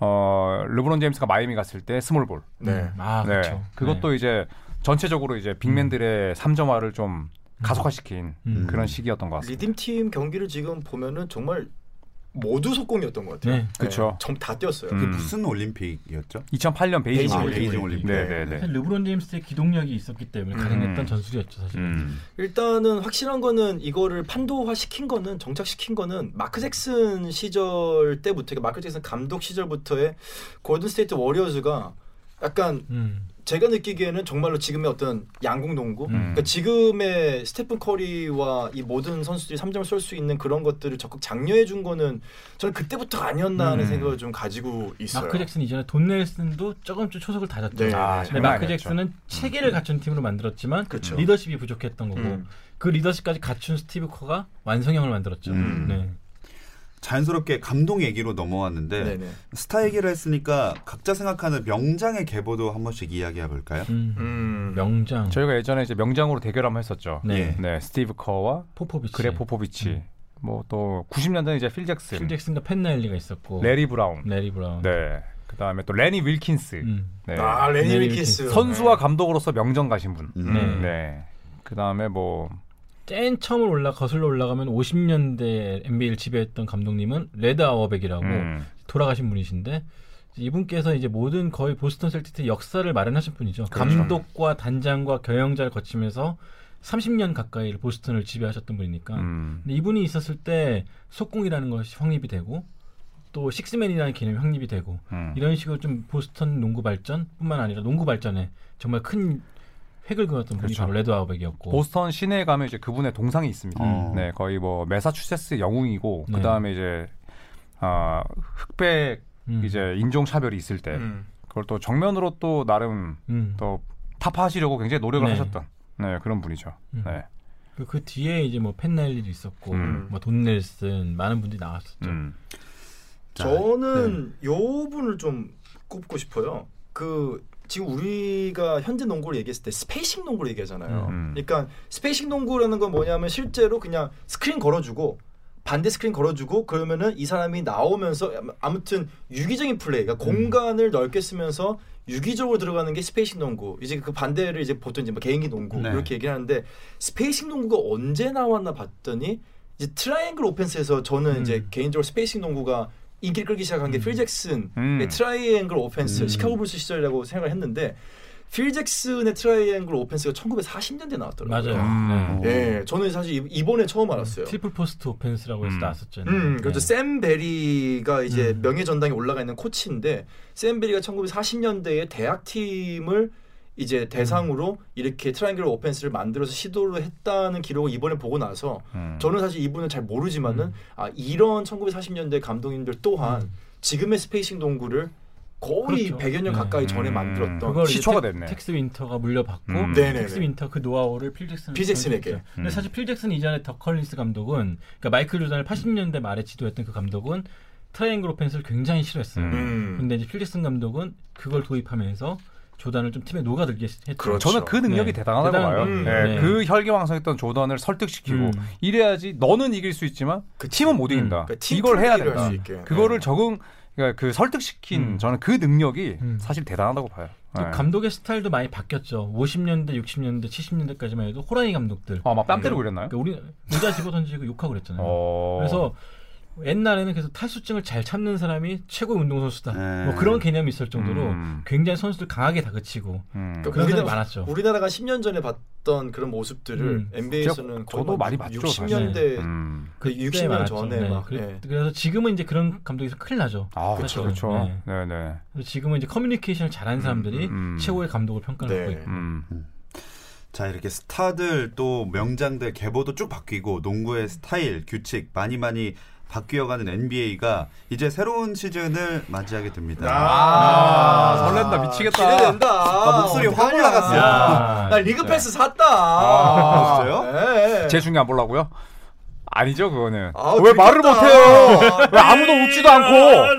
어 르브론 제임스가 마이애미 갔을 때 스몰볼.
네.
아
네.
그렇죠.
그것도 이제 전체적으로 이제 빅맨들의 삼 3점화를 좀 가속화시킨
음.
그런 시기였던 것 같습니다.
리듬팀 경기를 지금 보면은 정말 모두 속공이었던 것 같아요.
네,
그쵸.
점다 뛰었어요.
음.
무슨 올림픽이었죠?
2008년 베이징
베이징
아,
올림픽.
베이징 올림픽.
네, 네, 네.
사실 르브론 제임스의 기동력이 있었기 때문에 가능했던 전술이었죠 사실.
음.
일단은 확실한 거는 이거를 판도화 시킨 거는 정착시킨 거는 마크 잭슨 시절 때부터 그러니까 마크 잭슨 감독 시절부터의 골든 스테이트 워리어즈가 약간
음.
제가 느끼기에는 정말로 지금의 어떤 양궁농구
음.
그러니까 지금의 스테픈 커리와 이 모든 선수들이 3점을 쏠 수 있는 그런 것들을 적극 장려해 준 거는 저는 그때부터 아니었나 하는
음.
생각을 좀 가지고 있어요.
마크 잭슨 이전에 돈 넬슨도 조금씩 초석을 다졌죠.
네.
아,
근데
정말
마크
알겠죠. 음.
잭슨은 체계를 갖춘 팀으로 만들었지만
그렇죠.
리더십이 부족했던 거고
음.
그 리더십까지 갖춘 스티브 커가 완성형을 만들었죠.
음.
네.
자연스럽게 감동 얘기로 넘어왔는데
네네.
스타 얘기를 했으니까 각자 생각하는 명장의 계보도 한 번씩 이야기해 볼까요?
음.
음.
명장
저희가 예전에 이제 명장으로 대결 한번 했었죠.
네.
예.
네, 스티브 커와
포포비치
그레 포포비치. 뭐 또 90년대는 이제 필 잭슨,
필 잭슨과 펜나일리가 있었고
레리 브라운.
레리 브라운.
네. 그다음에 또 레니 윌킨스.
음.
네.
아 레니
레니
위키스
위킨스.
선수와 감독으로서 명정 가신 분.
음.
네.
네. 그다음에 뭐
맨 처음으로 올라 거슬러 올라가면 50년대 NBA를 지배했던 감독님은 레드 아워백이라고
음.
돌아가신 분이신데 이분께서 이제 모든 거의 보스턴 셀틱스 역사를 마련하신 분이죠.
그렇죠.
감독과 단장과 경영자를 거치면서 30년 가까이 보스턴을 지배하셨던 분이니까
음.
근데 이분이 있었을 때 속공이라는 것이 확립이 되고 또 식스맨이라는 개념이 확립이 되고
음.
이런 식으로 좀 보스턴 농구 발전뿐만 아니라 농구 발전에 정말 큰 획을 그었던 분이
그렇죠.
바로 레드 아워백이었고
보스턴 시내에 가면 이제 그분의 동상이 있습니다.
어.
네, 거의 뭐 매사추세츠 영웅이고
네.
그다음에 이제 아, 흑백
음.
이제 인종 차별이 있을 때
음.
그걸 또 정면으로 또 나름
음.
또 타파하시려고 굉장히 노력을
네.
하셨던 네, 그런 분이죠.
음.
네.
그, 그 뒤에 이제 뭐 펜넬리도 있었고
음.
뭐 돈넬슨 많은 분들이 나왔었죠.
음.
저는
네.
요 분을 좀 꼽고 싶어요. 그 지금 우리가 현대 농구를 얘기했을 때 스페이싱 농구를 얘기하잖아요.
음.
그러니까 스페이싱 농구라는 건 뭐냐면 실제로 그냥 스크린 걸어주고 반대 스크린 걸어주고 그러면은 이 사람이 나오면서 아무튼 유기적인 플레이, 그러니까
음.
공간을 넓게 쓰면서 유기적으로 들어가는 게 스페이싱 농구. 이제 그 반대를 이제 보통 이제 뭐 개인기 농구
네.
이렇게 얘기하는데 스페이싱 농구가 언제 나왔나 봤더니 이제 트라이앵글 오펜스에서 저는 이제
음.
개인적으로 스페이싱 농구가 인기를 끌기 시작한 게 필 잭슨의
음.
트라이앵글 오펜스
음.
시카고 불스 시절이라고 생각을 했는데 필 잭슨의 트라이앵글 오펜스가 1940년대 나왔더라고요.
맞아요.
음.
네.
예, 저는 사실 이- 이번에 처음 알았어요.
트리플 포스트 오펜스라고 해서
음.
나왔었죠.
음, 그렇죠.
네.
샘 베리가 이제
음.
명예 전당에 올라가 있는 코치인데 샘 베리가 1940년대에 대학 팀을 이제 대상으로
음.
이렇게 트라이앵글 오펜스를 만들어서 시도를 했다는 기록을 이번에 보고 나서
음.
저는 사실 이분을 잘 모르지만은 아 이런 1940년대 감독님들 또한
음.
지금의 스페이싱 동구를 거의
그렇죠.
100여 년
네.
가까이 전에
음.
만들었던
그걸 이제
시초가
텍-
됐네.
텍스 윈터가 물려받고
음.
네네네.
텍스 윈터 그 노하우를 필 잭슨
필 잭슨에게.
음.
근데 사실 필 잭슨 이전에 더 컬린스 감독은 그러니까 마이클 조단을 80년대 말에 지도했던 그 감독은 트라이앵글 오펜스를 굉장히 싫어했어요.
음.
근데 이제 필 잭슨 감독은 그걸 도입하면서 조단을 좀 팀에 녹아들게 했죠.
그렇죠.
저는 그 능력이
네.
대단하다고
대단한
봐요.
음.
네,
네.
그 혈기왕성했던 조던을 설득시키고
음.
이래야지 너는 이길 수 있지만
그치.
팀은 못 이긴다.
그러니까 팀
이걸 해야
플레이를
된다.
할수 있게.
그거를
네.
적응 그러니까 그 설득시킨
음.
저는 그 능력이
음.
사실 대단하다고 봐요.
또
네.
감독의 스타일도 많이 바뀌었죠. 50년대, 60년대, 70년대까지만 해도 호랑이 감독들.
아, 막뺨 때리고 그랬나요?
그러니까 우리 모자 집어 던지고 욕하고 그랬잖아요.
어.
그래서 옛날에는 그래서 탈수증을 잘 참는 사람이 최고의 운동선수다.
네.
뭐 그런 개념이 있을 정도로
음.
굉장히 선수들 강하게 다그치고
음.
그러니까
그런 사람이
우리나라-
많았죠.
우리나라가 10년 전에 봤던 그런 모습들을
음.
NBA에서는
저- 저도 많이 봤죠, 사실.
60년대
음.
그
그때
60년
많았죠.
전에
네.
막
그래,
예.
서 지금은 이제 그런 감독이 좀 큰일 나죠.
아,
사실은.
그렇죠, 그렇죠.
네.
네, 네.
그래서 지금은 이제 커뮤니케이션을 잘하는 사람들이
음, 음.
최고의 감독을 평가를
네.
받고 있고.
음.
자 이렇게 스타들 또 명장들 계보도 쭉 바뀌고 농구의 스타일 규칙 많이 많이 바뀌어가는 NBA가 이제 새로운 시즌을 맞이하게 됩니다.
아, 설렌다, 미치겠다. 아,
기대된다.
나 목소리 확
어떡하냐.
올라갔어요.
아.
아,
나 리그 패스 샀다. 아, 네.
제 중에 안 보려고요? 아니죠, 네. 그거는.
아,
왜 말을
그립다.
못해요? 왜 아무도 웃지도 않고?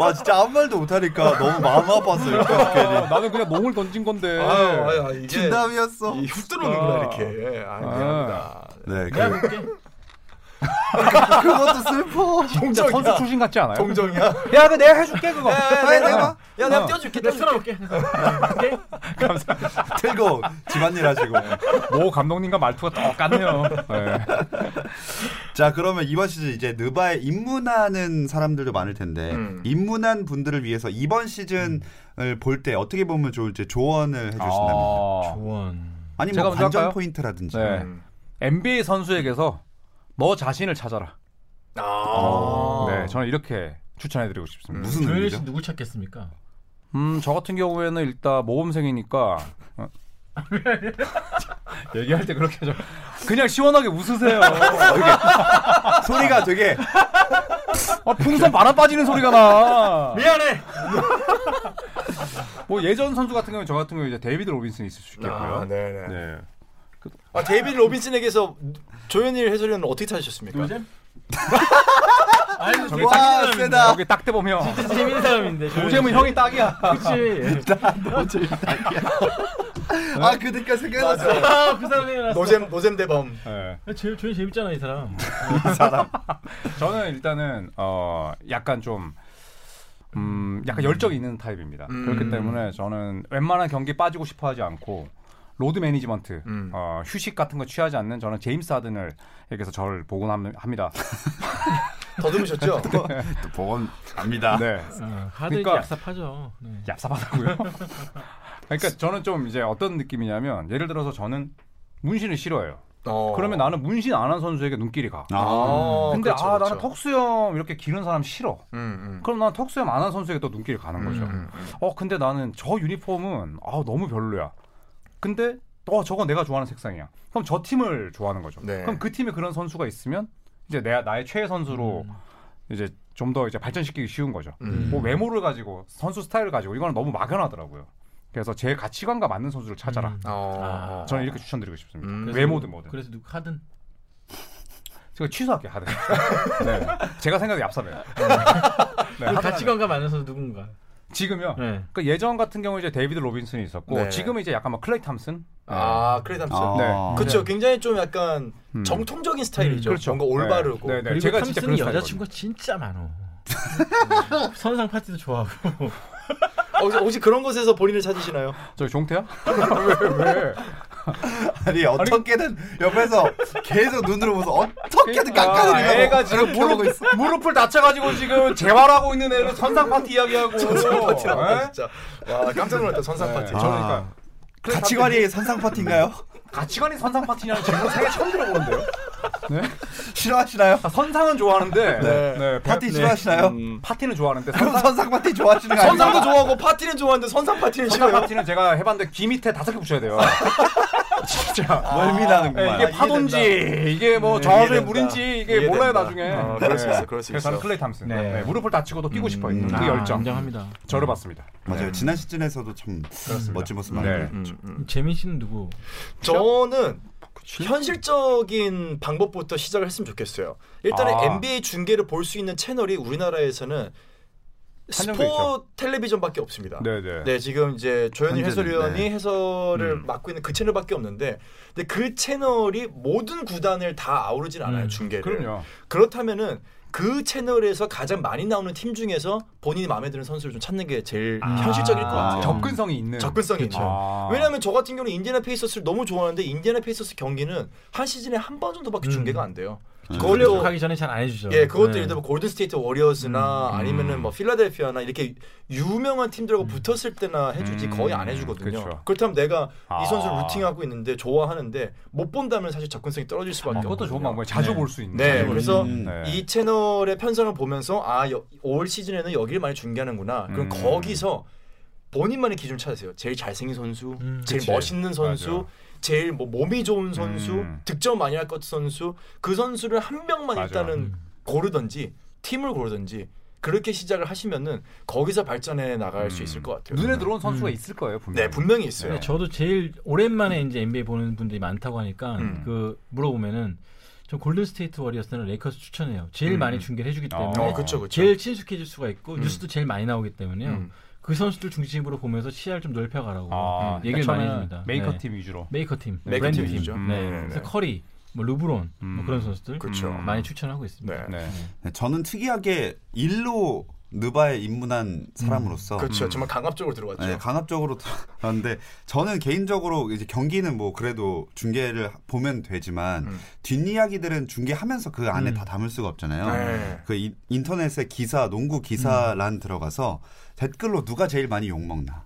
와 진짜 아무 말도 못하니까 너무 마음 아팠어요. 여기까지.
아, 나는 그냥 농을 던진 건데.
아유, 아유, 아유, 이게
진담이었어.
아,
네. 아.
이훅 들어오는구나 이렇게. 아, 미안합니다.
네,
내가
그
볼게.
그것도 슬퍼.
진짜 선수
동정이야.
출신 같지 않아요?
동정이야.
야, 그 내가 해줄게 그거.
야, 내가 야, 내가
어.
띄워줄게.
내가
띄워줄게.
틀어볼게.
들고 집안일 하시고.
네. 모 감독님과 말투가 똑같네요. 네.
자 그러면 이번 시즌 이제 느바에 입문하는 사람들도 많을 텐데
음.
입문한 분들을 위해서 이번 시즌을 볼 때 어떻게 보면 좋을지 조언을 해주신다면
아,
조원.
아니
제가
뭐
먼저
관전
할까요?
포인트라든지
네. NBA 선수에게서 너 자신을 찾아라.
아.
네, 저는 이렇게 추천해드리고 싶습니다.
무슨
조현일 씨
의미죠?
누구 찾겠습니까?
음, 저 같은 경우에는 일단 모범생이니까 어? 얘기할 때 그렇게 하죠. 그냥 시원하게 웃으세요.
소리가 되게
아, 풍선 바람 빠지는 소리가 나.
미안해.
뭐 예전 선수 같은 경우 저 같은 경우 이제 데이비드 로빈슨이 있을 수 있겠고요.
아, 네네.
네.
아, 데이비드 로빈슨에게서 조현일 해설위원은 어떻게 찾으셨습니까?
노잼? 아니,
와 세다.
여기 딱대 보면
재밌는 사람인데.
오재문 형이 딱이야.
그치.
아 그니까 생각났어.
아그 사람이
노잼 노잼 대범.
네.
제일 조연 재밌잖아 이 사람.
저는 일단은 어 약간 좀 음, 약간 열정이 있는 타입입니다.
음.
그렇기 때문에 저는 웬만한 경기 빠지고 싶어 하지 않고 로드 매니지먼트,
음.
어, 휴식 같은 거 취하지 않는 저는 제임스 하든을 여기서 저를 보곤 함- 합니다.
더듬으셨죠?
또 보건 갑니다.
네.
아, 하드
그러니까-
그러니까, 약삽하죠. 네.
얍삽하다고요? 그러니까 저는 좀 이제 어떤 느낌이냐면 예를 들어서 저는 문신을 싫어해요.
어.
그러면 나는 문신 안 한 선수에게 눈길이 가.
아,
아,
근데
그렇죠,
아
그렇죠.
나는 턱수염 이렇게 기른 사람 싫어.
음, 음.
그럼 난 턱수염 안 한 선수에게 또 눈길이 가는 거죠.
음,
어 근데 나는 저 유니폼은 아 너무 별로야. 근데 어 저건 내가 좋아하는 색상이야. 그럼 저 팀을 좋아하는 거죠.
네.
그럼 그 팀에 그런 선수가 있으면 이제 내 나의 최애 선수로 이제 좀 더 이제 발전시키기 쉬운 거죠.
음.
뭐 외모를 가지고 선수 스타일을 가지고 이거는 너무 막연하더라고요. 그래서 제 가치관과 맞는 선수를 찾아라.
음.
어.
저는 이렇게 추천드리고 싶습니다.
음.
그래서-
외모든 뭐든.
그래서 누구 하든.
제가 취소할게요 하든. 네. 제가 생각해 얍삽해요.
음.
네,
그
하든
가치관과 맞아서 누군가.
지금요.
네.
그 예전 같은 경우 이제 데이비드 로빈슨이 있었고
네.
지금 이제 약간 막 클레이 탐슨.
아, 크레이 담스.
아.
네.
그렇죠. 굉장히 좀 약간
음.
정통적인 스타일이죠.
그렇죠.
뭔가 올바르고.
네, 네.
그리고
제가 진짜
탐슨이
그런
여자친구가 진짜 많어. 선상 파티도 좋아하고.
어, 혹시, 혹시 그런 곳에서 본인을 찾으시나요?
저기 종태야? 왜 왜?
아니 어떻게든 옆에서 계속 눈으로 보면서 어떻게든
아,
깎아내리려고
애가 지금
이렇게 하고
무릎
있어.
무릎을 다쳐가지고 지금 재활하고 있는 애를 선상 파티 이야기하고. 네?
선상 파티
에?
나왔다 진짜. 와 깜짝 놀랐다 선상 파티.
저 그러니까
아. 가치관이 선상 파티인가요?
가치관이 선상 파티냐는 질문 생애 처음 들어보는데요. 네?
싫어하시나요?
아, 선상은 좋아하는데
네.
파티 싫어하시나요?
음, 파티는 좋아하는데
그럼
선상,
선상 파티 좋아하시는 거 아니에요?
선상도 좋아하고 파티는 좋아하는데 선상 파티는
선상
싫어요.
파티는 제가 해봤는데 귀 밑에 다섯 개 붙여야 돼요. 진짜.
멀미 나는구만.
네, 이게 파도인지 이게 뭐
네,
저하수의
이해된다.
물인지 이게
이해된다.
몰라요 나중에.
어, 그럴 수
네.
있어, 그럴 수
그래서 저는
있어.
클레이 탐슨.
네.
네, 무릎을 다치고도 끼고 싶어 있는 그
아,
열정.
인정합니다.
저를 봤습니다.
맞아요. 지난 시즌에서도 참 멋진 모습 많이
네.
보였죠.
음. 재민 씨는 누구?
그렇죠?
저는 현실적인 방법부터 시작을 했으면 좋겠어요. 일단은
아.
NBA 중계를 볼 수 있는 채널이 우리나라에서는
한정돼
스포 텔레비전밖에 없습니다.
네네.
네, 지금 이제 조현일
현재는,
해설위원이
네.
해설을
음.
맡고 있는 그 채널밖에 없는데, 근데 그 채널이 모든 구단을 다 아우르진 않아요
음,
중계를.
그럼요.
그렇다면은 그 채널에서 가장 많이 나오는 팀 중에서 본인이 마음에 드는 선수를 좀 찾는 게 제일 현실적일 것 같아요. 음.
접근성이 있는.
접근성이 있죠.
아.
왜냐하면 저 같은 경우는 인디애나 페이서스를 너무 좋아하는데 인디애나 페이서스 경기는 한 시즌에 한 번 정도밖에
음.
중계가 안 돼요.
아,
원래
그걸로
가기 전에 잘 안 해주죠.
예, 그것도
네.
예를 들어 골든 스테이트 워리어스나
음.
아니면은 뭐 필라델피아나 이렇게 유명한 팀들하고 붙었을 때나 해주지
음.
거의 안 해주거든요.
그쵸.
그렇다면 내가
아.
이 선수를 루팅하고 있는데 좋아하는데 못 본다면 사실 접근성이 떨어질 수밖에
아, 그것도 좋은
없거든요.
방법이 자주
네.
볼 수 있는.
네,
자주 볼수
그래서
있는. 네.
이 채널의 편성을 보면서 아 여- 올 시즌에는 여기를 많이 중계하는구나. 그럼
음.
거기서 본인만의 기준 을 찾으세요. 제일 잘생긴 선수,
음,
제일
그치.
멋있는 선수,
맞아요.
제일 뭐 몸이 좋은 선수,
음.
득점 많이 할 것 선수 그 선수를 한 명만
맞아요.
일단은 고르든지 팀을 고르든지 그렇게 시작을 하시면은 거기서 발전해 나갈 수
음.
있을 것 같아요.
네. 눈에 들어온 선수가 있을 거예요 분명.
네 분명히 있어요.
근데 저도 제일 오랜만에 이제 NBA 보는 분들이 많다고 하니까
음.
그 물어보면은 전 골든 스테이트 워리어스는 레이커스 추천해요. 제일
음.
많이 중계를 해주기
어.
때문에
어, 그렇죠, 그렇죠.
제일 친숙해질 수가 있고
음.
뉴스도 제일 많이 나오기 때문에요.
음.
그 선수들 중심으로 보면서 시야를 좀 넓혀가라고
아,
얘기를 많이
처음에는
해줍니다.
메이커
네.
팀 위주로.
메이커 팀,
메이커
브랜드
팀이죠.
팀,
음.
네.
네, 네,
그래서
네.
커리 뭐 르브론 뭐
음.
그런 선수들
그렇죠.
음.
많이 추천하고 있습니다.
네.
네.
네, 저는 특이하게 일로 느바에 입문한 사람으로서 음,
그렇죠.
음.
정말 강압적으로 들어왔죠.
네, 강압적으로 들었는데 저는 개인적으로 이제 경기는 뭐 그래도 중계를 보면 되지만
음.
뒷이야기들은 중계하면서 그 안에 다 담을 수가 없잖아요.
네.
그 인- 인터넷에 기사, 농구 기사란 들어가서 댓글로 누가 제일 많이 욕 먹나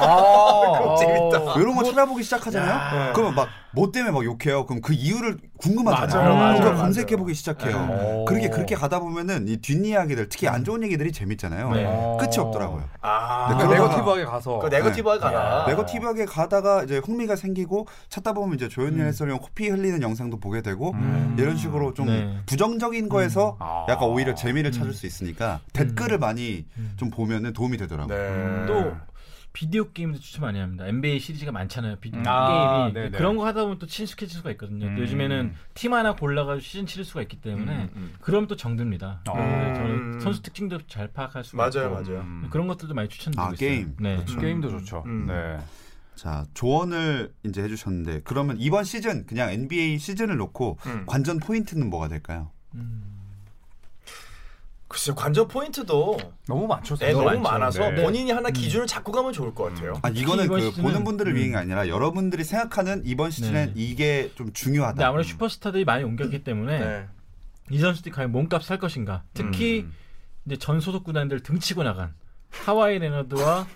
아,
재밌다.
이런
뭐,
거 찾아보기 시작하잖아요. 그러면 막 뭐 때문에 막 욕해요. 그럼 그 이유를 궁금하잖아요.
맞아요, 맞아요,
그걸
맞아요.
검색해보기 시작해요. 어.
네.
그렇게 그렇게 가다 보면은 이 뒷이야기들 특히 안 좋은 얘기들이 재밌잖아요.
네.
어. 끝이 없더라고요.
아,
네,
그
그러다가-
네거티브하게 가서
그 네거티브가
네.
가라.
네.
네거티브하게 가다가 이제 흥미가 생기고 찾다 보면 이제 조현일
음.
해설위원 코피 흘리는 영상도 보게 되고
음.
이런 식으로 좀
네.
부정적인 거에서
음.
아.
약간 오히려 재미를 찾을 수 있으니까 댓글을 많이 좀 보면은 도움이 되더라고요.
네.
또 음. 비디오 게임도 추천 많이 합니다. NBA 시리즈가 많잖아요. 비디오
음.
아,
게임이
네네.
그런 거 하다 보면 또 친숙해질 수가 있거든요.
음.
요즘에는 팀 하나 골라가지고 시즌 치를 수가 있기 때문에
음, 음.
그럼 또 정듭니다.
아.
네, 저는 선수 특징도 잘 파악할 수가
맞아요,
있고
맞아요.
음.
그런 것들도 많이 추천드리고
아,
있어요.
게임.
네.
음. 게임도 좋죠.
음.
네.
자 조언을 이제 해주셨는데 그러면 이번 시즌 그냥 NBA 시즌을 놓고
음.
관전 포인트는 뭐가 될까요?
글쎄 관전 포인트도
너무 많죠.
애 네,
사실.
너무
많죠.
많아서
네.
본인이 하나 기준을 잡고 가면 좋을 것 같아요.
아 이거는
이번
그
시즌은-
보는 분들을
음.
위한 게 아니라 여러분들이 생각하는 이번 시즌엔
네.
이게 좀
근데
중요하다.
아무래도 슈퍼스타들이 많이 옮겼기 때문에
네.
이 선수들이 과연 몸값 살 것인가. 특히
음.
이제 전 소속 구단들 등치고 나간 하와이 레너드와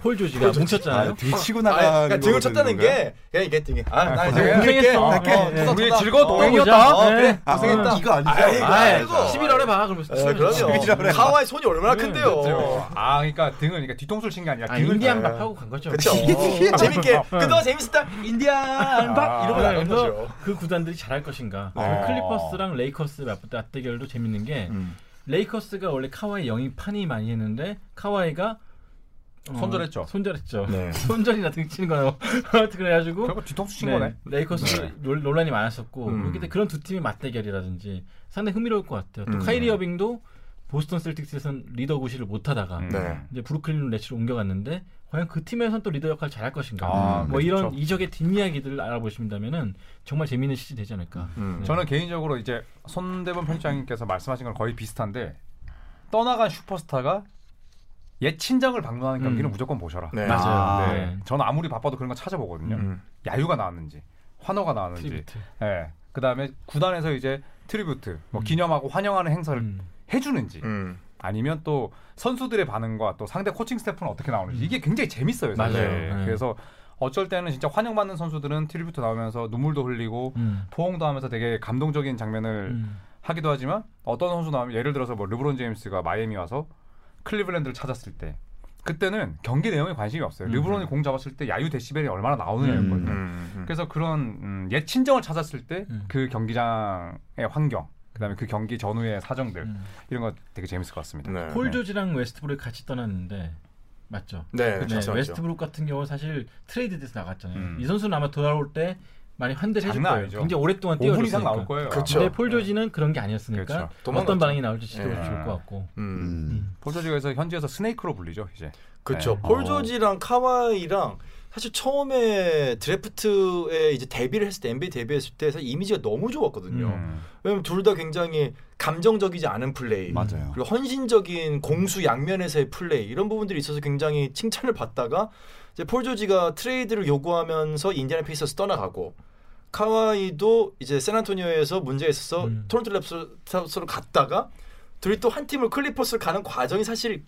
폴 조지가 뭉쳤잖아요.
아, 뒤치고
아,
나가는
그러니까 등을
거거든요, 뭐
쳤다는
그런가요?
게 그냥 이게 등이 아나 네.
아,
이제
고생했어.
우리에게
어,
갈게.
어, 네.
어,
우리
쏟아,
즐거운
쏟아.
동행이었다.
어,
네.
그래.
아,
고생했다.
이거 아니죠?
아이고,
아,
아이고.
11월에 봐. 그러면서
네, 그럼요. 하와이 손이 얼마나 큰데요.
그렇죠. 아, 그러니까 등은 그러니까 뒤통수를 친 게 아니라
아,
등을
인디안
다-
밥 하고 간 거죠.
그렇죠. 재밌게 그동안 재밌었다. 인디안 박
아.
이러고 나간 거죠.
그래서 그 구단들이 잘할 것인가.
아.
그 클리퍼스랑 레이커스 맞대결도 재밌는 게
음.
레이커스가 원래 카와이 영입판이 많이 했는데 카와이가 어,
손절했죠.
손절했죠.
네.
손절이나 등치는 거나 뭐 하여튼 그래가지고
결국 뒤통수 친
네,
거네.
레이커스
네.
논- 논란이 많았었고
음.
그렇기 때문에 그런 두 팀의 맞대결이라든지 상당히 흥미로울 것 같아요.
음.
또 카이리 어빙도 보스턴 셀틱스에선 리더 구실을 못하다가
음.
네.
이제 브루클린 레츠로 옮겨갔는데 과연 그 팀에선 또 리더 역할을 잘할 것인가.
아,
뭐
그렇죠.
이런 이적의 뒷이야기들을 알아보신다면은 정말 재미있는 시즌 되지 않을까.
음.
저는 개인적으로 이제 손대범 편집장님께서 말씀하신 건 거의 비슷한데 떠나간 슈퍼스타가 옛 친정을 방문하는 경기는
음.
무조건 보셔라.
네.
맞아요.
아,
네.
저는 아무리 바빠도 그런 거 찾아보거든요.
음.
야유가 나왔는지 환호가 나왔는지.
트리뷰트.
예. 그다음에 구단에서 이제 트리뷰트 뭐 기념하고 환영하는 행사를
음.
해주는지
음.
아니면 또 선수들의 반응과 또 상대 코칭 스태프는 어떻게 나오는지 이게 굉장히 재밌어요. 사실.
음. 맞아요. 네.
그래서 어쩔 때는 진짜 환영받는 선수들은 트리뷰트 나오면서 눈물도 흘리고
음.
포옹도 하면서 되게 감동적인 장면을
음.
하기도 하지만 어떤 선수 나오면 예를 들어서 뭐 르브론 제임스가 마이애미 와서 클리블랜드를 찾았을 때 그때는 경기 내용에 관심이
음.
없어요. 르브론이 공 잡았을 때 야유 데시벨이 얼마나 나오느냐였거든요.
음.
음.
그래서 그런 음, 옛 친정을 찾았을 때
음.
그 경기장의 환경, 그다음에 그 경기 전후의 사정들
음.
이런 거 되게 재밌을 것 같습니다.
네.
폴 조지랑 웨스트브룩 같이 떠났는데 맞죠?
네.
네,
그렇죠.
웨스트브룩 같은 경우 사실 트레이드돼서 나갔잖아요.
음.
이 선수는 아마 돌아올 때 많이 환대를 해줄
장난
거예요.
아니죠.
굉장히 오랫동안
5분 이상
뛰어줬으니까.
나올 거예요.
그렇죠.
근데 폴 조지는 그런 게 아니었으니까
그렇죠.
어떤
도망갔죠.
반응이 나올지 지도
예.
좋을 것 같고.
음.
음.
폴조지에서 현지에서 스네이크로 불리죠 이제.
그렇죠.
네.
폴 조지랑 카와이랑 사실 처음에 드래프트에 이제 데뷔를 했을 때 NBA 데뷔했을 때 사실 이미지가 너무 좋았거든요.
음.
왜냐면 둘 다 굉장히 감정적이지 않은 플레이,
맞아요.
그리고 헌신적인 공수 양면에서의 플레이 이런 부분들이 있어서 굉장히 칭찬을 받다가 이제 폴 조지가 트레이드를 요구하면서 인디애나 페이서스 떠나가고 카와이도 이제 샌안토니오에서 문제가 있어서
음.
토론토 랩스로 갔다가 둘이 또 한 팀을 클리퍼스를 가는 과정이 사실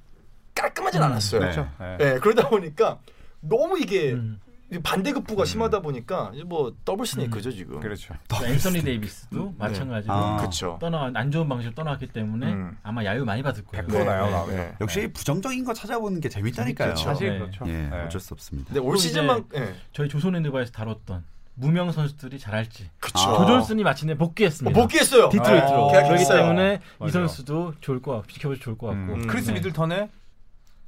깔끔하진 않았어요.
네.
네.
예, 그러다 보니까 너무 이게
음.
반대급부가 심하다 보니까 이제 뭐 더블 스네이크죠 지금.
그렇죠.
앤서니 데이비스도 마찬가지로
아.
그렇죠.
떠나 안 좋은 방식으로 떠나왔기 때문에
음.
아마 야유 많이 받을 거예요.
100% 나요,
아,
나오면.
역시 부정적인 거 찾아보는 게 재밌다니까요.
네. 그렇죠.
사실
네.
그렇죠.
예,
네.
어쩔 수 없습니다.
근데 올
이제-
시즌만 예.
저희 조선의 누바에서 다뤘던 무명 선수들이 잘할지.
그쵸.
아.
조존슨이 마침내 복귀했습니다.
어, 복귀했어요.
디트로이트로. 네.
아,
그렇기
계약했어요.
때문에 이
맞아요.
선수도 좋을 것 같고 지켜봐 좋을 것 같고.
음. 크리스
네.
미들턴의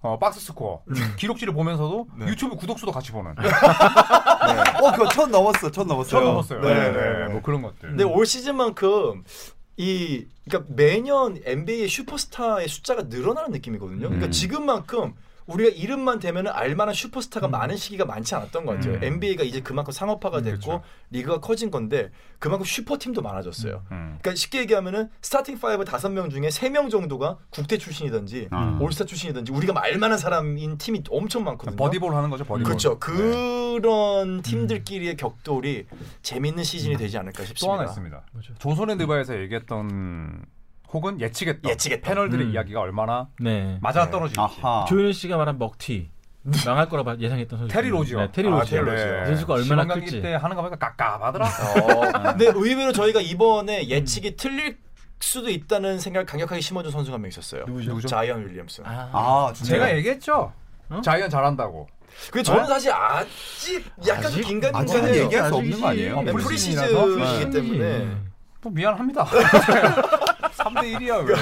어, 박스 스코어
음.
기록지를 보면서도
네.
유튜브 구독 수도 같이 보는
어, 그거 첫 넘었어, 첫 넘었어요.
처음 봤어요.
네,
네,
네,
네,
네.
뭐 그런 것들.
근데 올 시즌만큼 이 그러니까 매년 NBA의 슈퍼스타의 숫자가 늘어나는 느낌이거든요. 그러니까
음.
지금만큼 우리가 이름만 되면 알 만한 슈퍼스타가
음.
많은 시기가 많지 않았던 것 같아요. NBA가 이제 그만큼 상업화가 됐고 리그가 커진 건데 그만큼 슈퍼팀도 많아졌어요.
음.
그러니까 쉽게 얘기하면은 스타팅 파이브 다섯 명 중에 세 명 정도가 국대 출신이든지
아. 음.
올스타 출신이든지 우리가 알 만한 사람인 팀이 엄청 많거든요.
그러니까 버디볼 하는 거죠 네. 버디볼. 네.
그렇죠. 그런 팀들끼리의 격돌이 재밌는 시즌이 되지 않을까 싶습니다.
또 하나 있습니다. 조선의 느바에서 얘기했던 혹은 예측했던,
예측했던.
패널들의
음.
이야기가 얼마나
네.
맞아 떨어질지.
아하.
조현일 씨가 말한 먹튀 망할 거라 봐- 예상했던 선수.
테리 로지요.
네, 테리
아,
로지요.
테리 로지요.
그 선수가 얼마나
시범 경기
클지.
때 하는 거 보니까 깝깝하더라.
어, 근데 의외로 저희가 이번에 예측이
음.
틀릴 수도 있다는 생각을 강력하게 심어준 선수가 한 명 있었어요.
누구죠?
자이언 윌리엄슨.
아, 진짜.
제가 얘기했죠. 자이언 잘한다고.
근데 그
아?
저는 사실 아직 약간 좀 긴가민가해요. 네,
아직은 얘기할 수 없는 거 아니에요?
아직이지.
네.
프리시즌이라서?
프리시즌이기 때문에.
네.
또뭐 미안합니다. 3대 1이야 왜?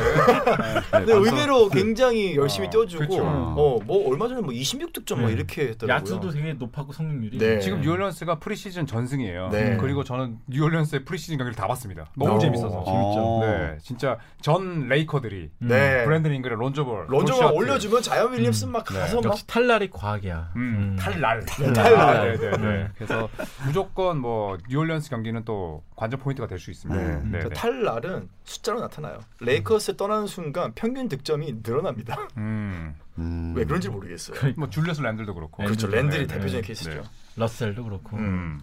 근데 네, 의외로 굉장히 열심히
아,
띄워주고,
그쵸.
어, 뭐 얼마 전에 뭐 26득점 뭐
네.
이렇게 했더라고요.
야투도 되게 높았고 성능률이.
네.
음.
지금 뉴올리언스가 프리시즌 전승이에요.
네.
그리고 저는 뉴올리언스의 프리시즌 경기를 다 봤습니다. 너무
오.
재밌어서.
재밌죠.
네, 진짜 전 레이커들이
네.
브랜든 잉글의 론저볼,
런저가 올려주면 자이언 윌리엄슨 막 가서 막
역시 탈날이 과학이야.
음,
음.
탈날.
탈날.
네, 네, 네. 그래서 무조건 뭐 뉴올리언스 경기는 또 관전 포인트가 될 수 있습니다.
네.
네,
저
네.
탈날은 숫자로 나타나요. 레이커스 떠나는 순간 평균 득점이 늘어납니다.
음,
음.
왜 그런지 모르겠어요.
뭐 줄리어스 랜들도 그렇고.
그렇죠. 랜들이
네, 네.
대표적인
네.
케이스죠.
러셀도 그렇고.
음,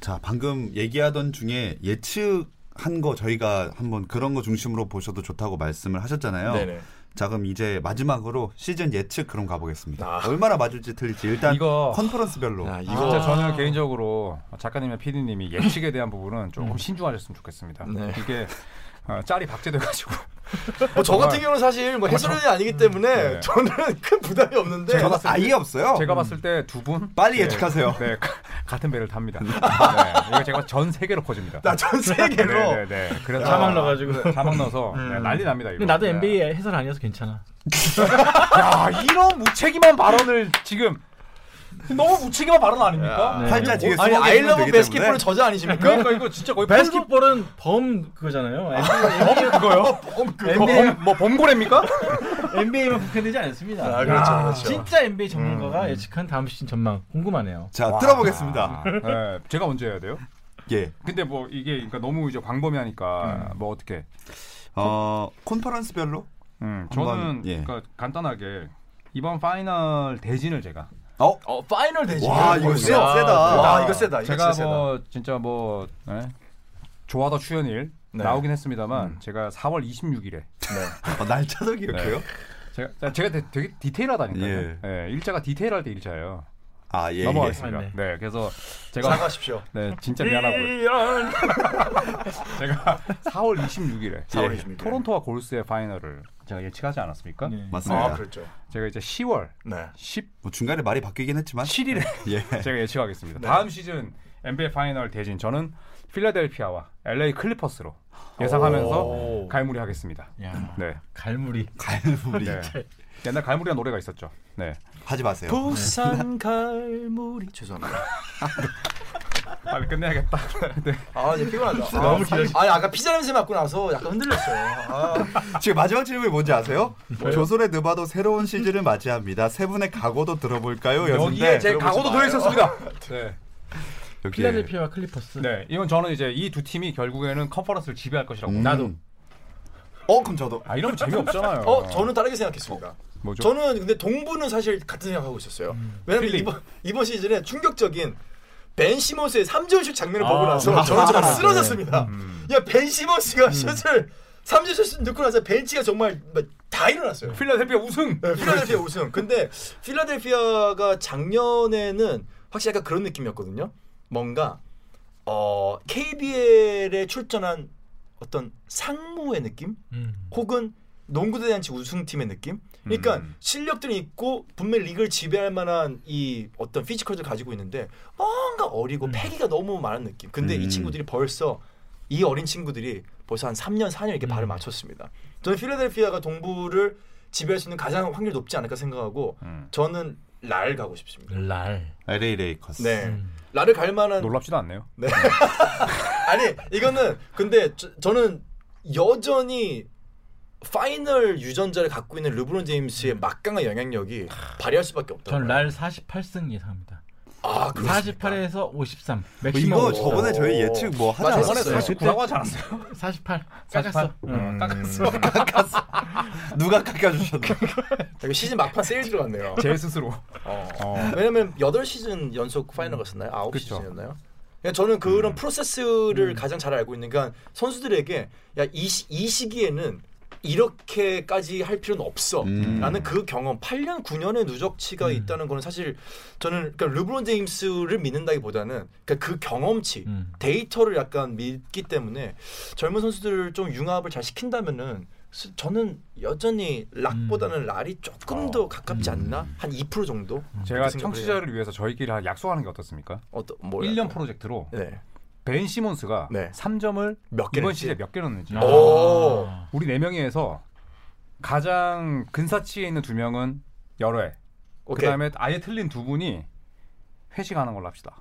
자, 방금 얘기하던 중에 예측한 거 저희가 한번 그런 거 중심으로 보셔도 좋다고 말씀을 하셨잖아요.
네네.
자, 그럼 이제 마지막으로 시즌 예측 그럼 가보겠습니다.
아.
얼마나 맞을지 틀릴지 일단
이거- 아,
컨퍼런스별로. 네,
야, 아, 이거
아.
진짜 저는 개인적으로 작가님이나 PD님이 예측에 대한 부분은 조금
음.
신중하셨으면 좋겠습니다.
네.
이게 어, 짤이 박제돼가지고
뭐 저 같은
정말-
경우는 사실 뭐 해설이 아니기 때문에
네.
저는 큰 부담이 없는데
저는 아예 없어요. 음.
제가 봤을 때 두 분
빨리 예측하세요.
네, 같은 배를 탑니다. 네, 이거 제가 전 세계로 퍼집니다.
나 전 세계로
네, 네, 네. 그래서
자막 넣어가지고. 음.
네, 자막 넣어서 네, 난리 납니다. 이거.
근데 나도
네.
NBA 해설 아니어서 괜찮아.
야 이런 무책임한 발언을 지금 너무
어,
무책임한 발언 아닙니까?
팔자 뒤에
아니
숨어 계시면
아이러브
되기
베스킷볼의
때문에.
저자 아니십니까?
그러니까 이거 진짜 거의
바스켓볼은 범 그거잖아요.
범 그거요? 범 그거? 범, 뭐 범고래입니까?
NBA만 국한되지 않습니다.
아, 그렇죠,
야,
그렇죠.
진짜 NBA 전문가가 예측한 다음 시즌 전망 궁금하네요.
자,
와.
들어보겠습니다.
네, 제가 먼저 해야 돼요?
예.
근데 뭐 이게 그러니까 너무 이제
음.
광범위하니까 뭐 어떻게?
어, 컨퍼런스별로?
음,
한번,
저는
예.
그러니까 간단하게 이번 파이널 대진을 제가
어?
어 파이널 대지. 아,
와,
아,
이거 세-
네.
세다.
와 이거 세다. 이거
제가
진짜 세다.
뭐 진짜 뭐 네? 좋아다 추연일
네.
나오긴 했습니다만 제가 4월 26일에
어, 날짜도
네.
기억해요?
제가 제가 되- 되게 디테일하다니까요.
예.
예. 일자가 디테일할 때 일자예요.
아, 예. 예.
넘어가겠습니다.
예.
네. 그래서 제가
사과하십시오.
네, 진짜 미안하고요. 제가 4월 26일에 예,
4월 26일.
토론토와 골스의 파이널을 제가 예측하지 않았습니까?
네.
맞습니다.
아 그렇죠.
제가 이제 10월
네.
17일에
뭐 중간에 말이 바뀌긴 했지만 예.
제가 예측하겠습니다. 다음 시즌 NBA 파이널 대진 저는 필라델피아와 LA 클리퍼스로 예상하면서 갈무리 하겠습니다.
야,
네.
갈무리.
갈무리
네. 옛날 갈무리란 노래가 있었죠. 네.
하지 마세요.
부산 갈무리 죄송합니다.
빨리 아, 끝내야겠다. 네.
아 이제 피곤하다. 너무 기다려. 아니 아까 피자 냄새 맡고 나서 약간 흔들렸어요. 아.
지금 마지막 질문이 뭔지 아세요? 조선의 느바도 새로운 시즌을 맞이합니다. 세 분의 각오도 들어볼까요?
여기에
여기에
제 각오도 들어 있었습니다. 네.
필라델피아와 클리퍼스.
네, 이건 저는 이제 이 두 팀이 결국에는 컨퍼런스를 지배할 것이라고.
음. 어, 그럼 저도.
음. 아 이러면 재미없잖아요.
어 저는 다르게 생각했습니다.
뭐죠?
저는 근데 동부는 사실 같은 생각하고 있었어요. 왜냐면 이번 이번 시즌에 충격적인 벤 시몬스의 3점슛 장면을 보고 나서 저는 정말 쓰러졌습니다. 야 벤 시몬스가 슛을 3점슛 넣고 나서 벤치가 정말 막다 일어났어요.
필라델피아 우승.
네, 필라델피아 우승. 근데 필라델피아가 작년에는 확실히 약간 그런 느낌이었거든요. 뭔가 어, KBL에 출전한 어떤 상무의 느낌?
음.
혹은 농구대잔치 우승팀의 느낌. 그러니까
음.
실력들이 있고 분명 히 리그를 지배할 만한 이 어떤 피지컬을 가지고 있는데 뭔가 어리고
음.
패기가 너무 많은 느낌. 근데
음.
이 친구들이 벌써 이 어린 친구들이 벌써 한 3년 4년 이렇게
음.
발을 맞췄습니다. 저는 필라델피아가 동부를 지배할 수 있는 가장 확률 높지 않을까 생각하고
음.
저는 랄 가고 싶습니다.
랄.
LA 레이커스.
네. 랄을 갈 만한
놀랍지도 않네요.
네. 아니 이거는 근데 저, 는 여전히 파이널 유전자를 갖고 있는 르브론 제임스의 막강한 영향력이 발휘할 수밖에 없다.
전 날 48승 예상합니다.
아, 네. 그렇습니까? 뭐
48에서 53.
이거
맥시멈
저번에 저희 예측 뭐 하지
맞아,
않았어요?
했어요.
사실 구라고 하지 않았어요.
48. 깎았어.
음.
누가 깎아주셨나?
여기 시즌 막판 세일 들어갔네요.
제 스스로.
어.
어.
왜냐면 8시즌 연속 파이널 갔었나요? 9
그쵸.
시즌이었나요? 그러니까 저는 그런 프로세스를 가장 잘 알고 있는 건 선수들에게 야 이 시기에는 이렇게까지 할 필요는 없어.
음.
라는 그 경험, 8년 9년의 누적치가 있다는 거는 사실 저는 그러니까 르브론 제임스를 믿는다기보다는 그러니까 그 경험치,
음.
데이터를 약간 믿기 때문에 젊은 선수들을 좀 융합을 잘 시킨다면은 스- 저는 여전히 락보다는 랄이 조금 더 가깝지 않나? 한 2% 정도?
제가
그렇게 생각을 해요.
청취자를 위해서 저희끼리 한 약속하는 게 어떻습니까?
어떤 뭐
1년 프로젝트로
네.
벤 시몬스가
네.
3점을
몇 개를
이번
했지?
시즌에 몇 개를 넣는지.
아.
오.
우리 네 명이에서 가장 근사치에 있는 두 명은 열회
오케이.
그다음에 아예 틀린 두 분이 회식하는 걸로 합시다.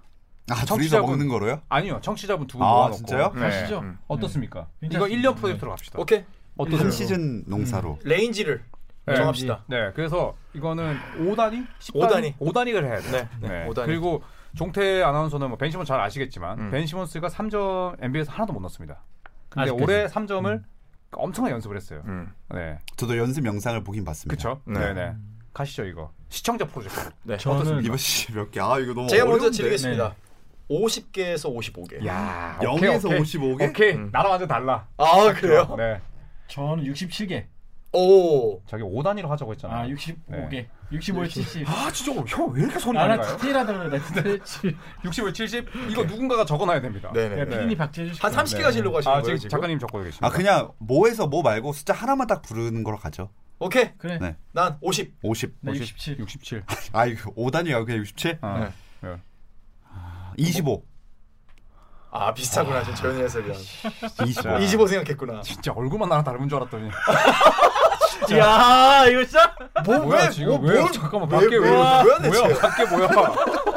아 둘이서
청취자분.
먹는 거로요?
아니요. 청취자분 두 분
아,
모아놓고.
진짜요?
네.
가시죠.
음. 어떻습니까? 이거
괜찮습니다.
1년 프로젝트로 갑시다.
오케이.
음.
한 시즌 농사로.
레인지를
네.
정합시다.
네. 그래서 이거는 5단위?
5단위.
5단위를 해야 돼요.
네, 네, 5단위.
그리고 종태 아나운서는 뭐 벤시몬 잘 아시겠지만
음.
벤시몬스가 3점 NBA에서 하나도 못 넣었습니다. 근데
아직까지.
올해 3점을 엄청나게 연습을 했어요.
음.
네.
저도 연습 영상을 보긴 봤습니다.
그렇죠? 네, 네. 가시죠, 이거. 시청자 프로젝트.
네.
저는
이번 시즌 몇 개? 아 이거 너무
뭐-
제가
어려운데.
먼저 드리겠습니다.
네.
50개에서 55개.
야,
0에서 55개?
오케이.
음.
나랑 완전 달라.
아, 그래요?
네.
저는 67개.
오.
자기 5단위로 하자고 했잖아.
아, 65개.
네.
65에 70.
아, 진짜 형왜 이렇게 손이
아,
많이
나
가요?
디테일하다 그러는데.
65, 70. 이거 누군가가 적어 놔야 됩니다.
네네.
네.
피디님 박제해 주시고.
한 30개가 실려고 하시는
아,
거예요,
지금
지금?
작가님 적고 계십니다.
아 그냥 뭐에서 뭐 말고 숫자 하나만 딱 부르는 걸로 가죠.
오케이.
그래.
네.
난 50.
50.
네,
나 67.
67.
아 이거 5단위가 그냥 67?
아.
네.
네. 어.
25.
아, 비슷하구나. 지금 조현희 해설위원.
25.
아.
25 생각했구나.
진짜 얼굴만 나랑 닮은 줄 알았더니.
야, 이거 진짜?
뭐,
뭐야
왜?
지금
뭐,
왜?
뭘-
잠깐만
왜,
밖에
왜,
왜? 이러지?
뭐야, 대체?
뭐야 밖에 뭐야?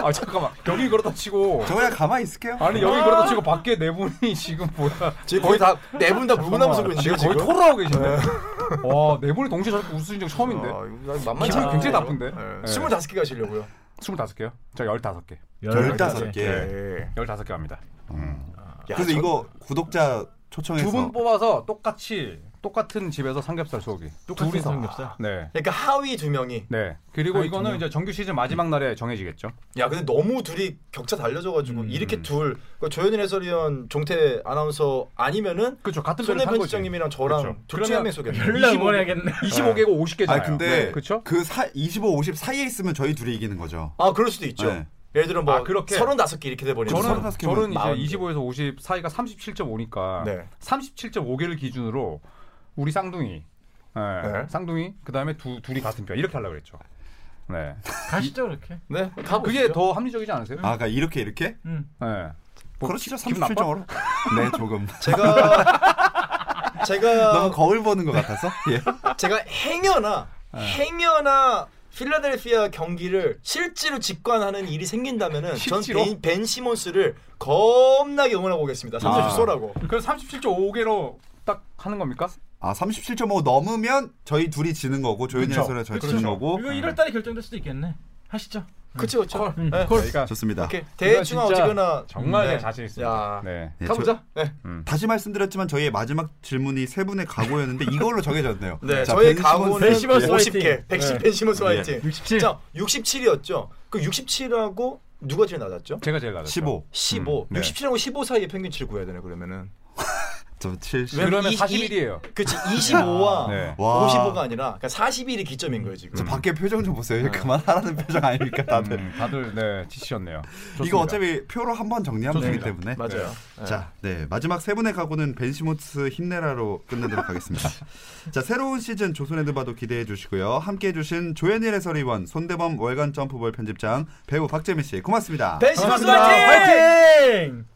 아 잠깐만 여기 그렇다 치고
저 그냥 가만히 있을게요.
아니 여기 그렇다 치고 밖에 네 분이 지금 뭐야?
지금 거의 다, 네 분 다 물구나무 서고 있는데,
지금 네. 거의 토로하고 계신데. 와네 분이 동시에 저렇게 웃으신 적 처음인데.
만만치
아, 기분이
않아요.
굉장히 나쁜데? 네.
25개 가시려고요.
25개요? 저 15개.
네,
15개.
예.
15개 합니다.
야,
그래서
저-
이거 구독자 초청해서
두 분 뽑아서 똑같이 똑같은 집에서 삼겹살 쏘기.
똑같은
둘이서.
삼겹살?
네.
그러니까 하위 두 명이
네. 그리고 이거는 이제 정규 시즌 마지막 날에 정해지겠죠.
야 근데 너무 둘이 격차 달려져가지고
음.
이렇게 둘 그러니까 조현일 해설위원 종태 아나운서 아니면은
그렇죠. 같은 배를 탄
손해편
거지.
시장님이랑 저랑
그렇죠.
둘중 한명 속였네
별로 응원해야겠네.
25개고 50개잖아요.
아 근데
그렇죠?
그 사, 25, 50 사이에 있으면 저희 둘이 이기는 거죠.
아 그럴 수도 있죠
네.
예를 들어 뭐
아, 그렇게?
35개 이렇게 돼버리면
서른
저는
다섯 개면
저는
마흔 개.
이제 25에서 50 사이가 37.5니까
네.
37.5개를 기준으로 우리 쌍둥이 예,
네.
쌍둥이 그다음에 두 둘이 같은 편 이렇게 하려고 그랬죠. 네.
가시죠 그렇게.
네
그게 더 합리적이지 않으세요?
아 그러니까 이렇게 이렇게?
음.
예. 뭐
그렇죠.
기- 기분 나빠?
37점으로. 네 조금.
제가
너무
제가
거울 보는 것 같아서. 예.
제가 행여나
네.
행여나 필라델피아 경기를 실제로 직관하는 일이 생긴다면은
실제로?
전벤 벤 시몬스를 겁나게 응원하고 오겠습니다 삼점
아.
쏘라고
그럼 37.5개로 딱 하는 겁니까?
아 37.5 넘으면 저희 둘이 지는 거고 조현일
그쵸.
선수는 저희
그렇죠.
그쵸.
지는 거고.
이거 1월 달에 결정될 수도 있겠네. 하시죠.
그치 그치
음.
네.
그러니까
좋습니다.
이렇게 대충
진짜
어지거나
정말
네.
자신 있습니다.
야.
네.
예, 저-
가보자 네.
다시 말씀드렸지만 저희의 마지막 질문이 세 분의 각오였는데 이걸로 정해졌네요.
네,
자,
저의
벤
각오는
시몬스- 네. 예.
벤시먼스
50개,
화이팅.
110 벤시몬스 화이팅.
67.
자, 67이었죠. 그 67하고 누가 제일 낮았죠?
제가 제일 낮았죠.
15. 음,
15.
네.
67하고 15 사이에 평균치를 구해야 되네 그러면은.
저 70.
그러면
이-
41이에요.
그치 25와
네.
와.
55가 아니라 그러니까 41이 기점인 거예요 지금.
저 밖에 표정 좀 보세요. 그만하라는 표정 아닙니까 다들.
아. 음, 다들 네, 지치셨네요.
이거
좋습니다.
어차피 표로 한 번 정리하면 되기
좋습니다.
때문에.
맞아요.
자, 네 마지막 세 분의 각오는 벤시모츠 힘내라로 끝내도록 하겠습니다. 자, 새로운 시즌 조선헤드바도 기대해 주시고요. 함께해 주신 조현일 해설위원, 손대범 월간 점프볼 편집장, 배우 박재민 씨 고맙습니다.
벤시몬스
감사합니다.
화이팅!
화이팅!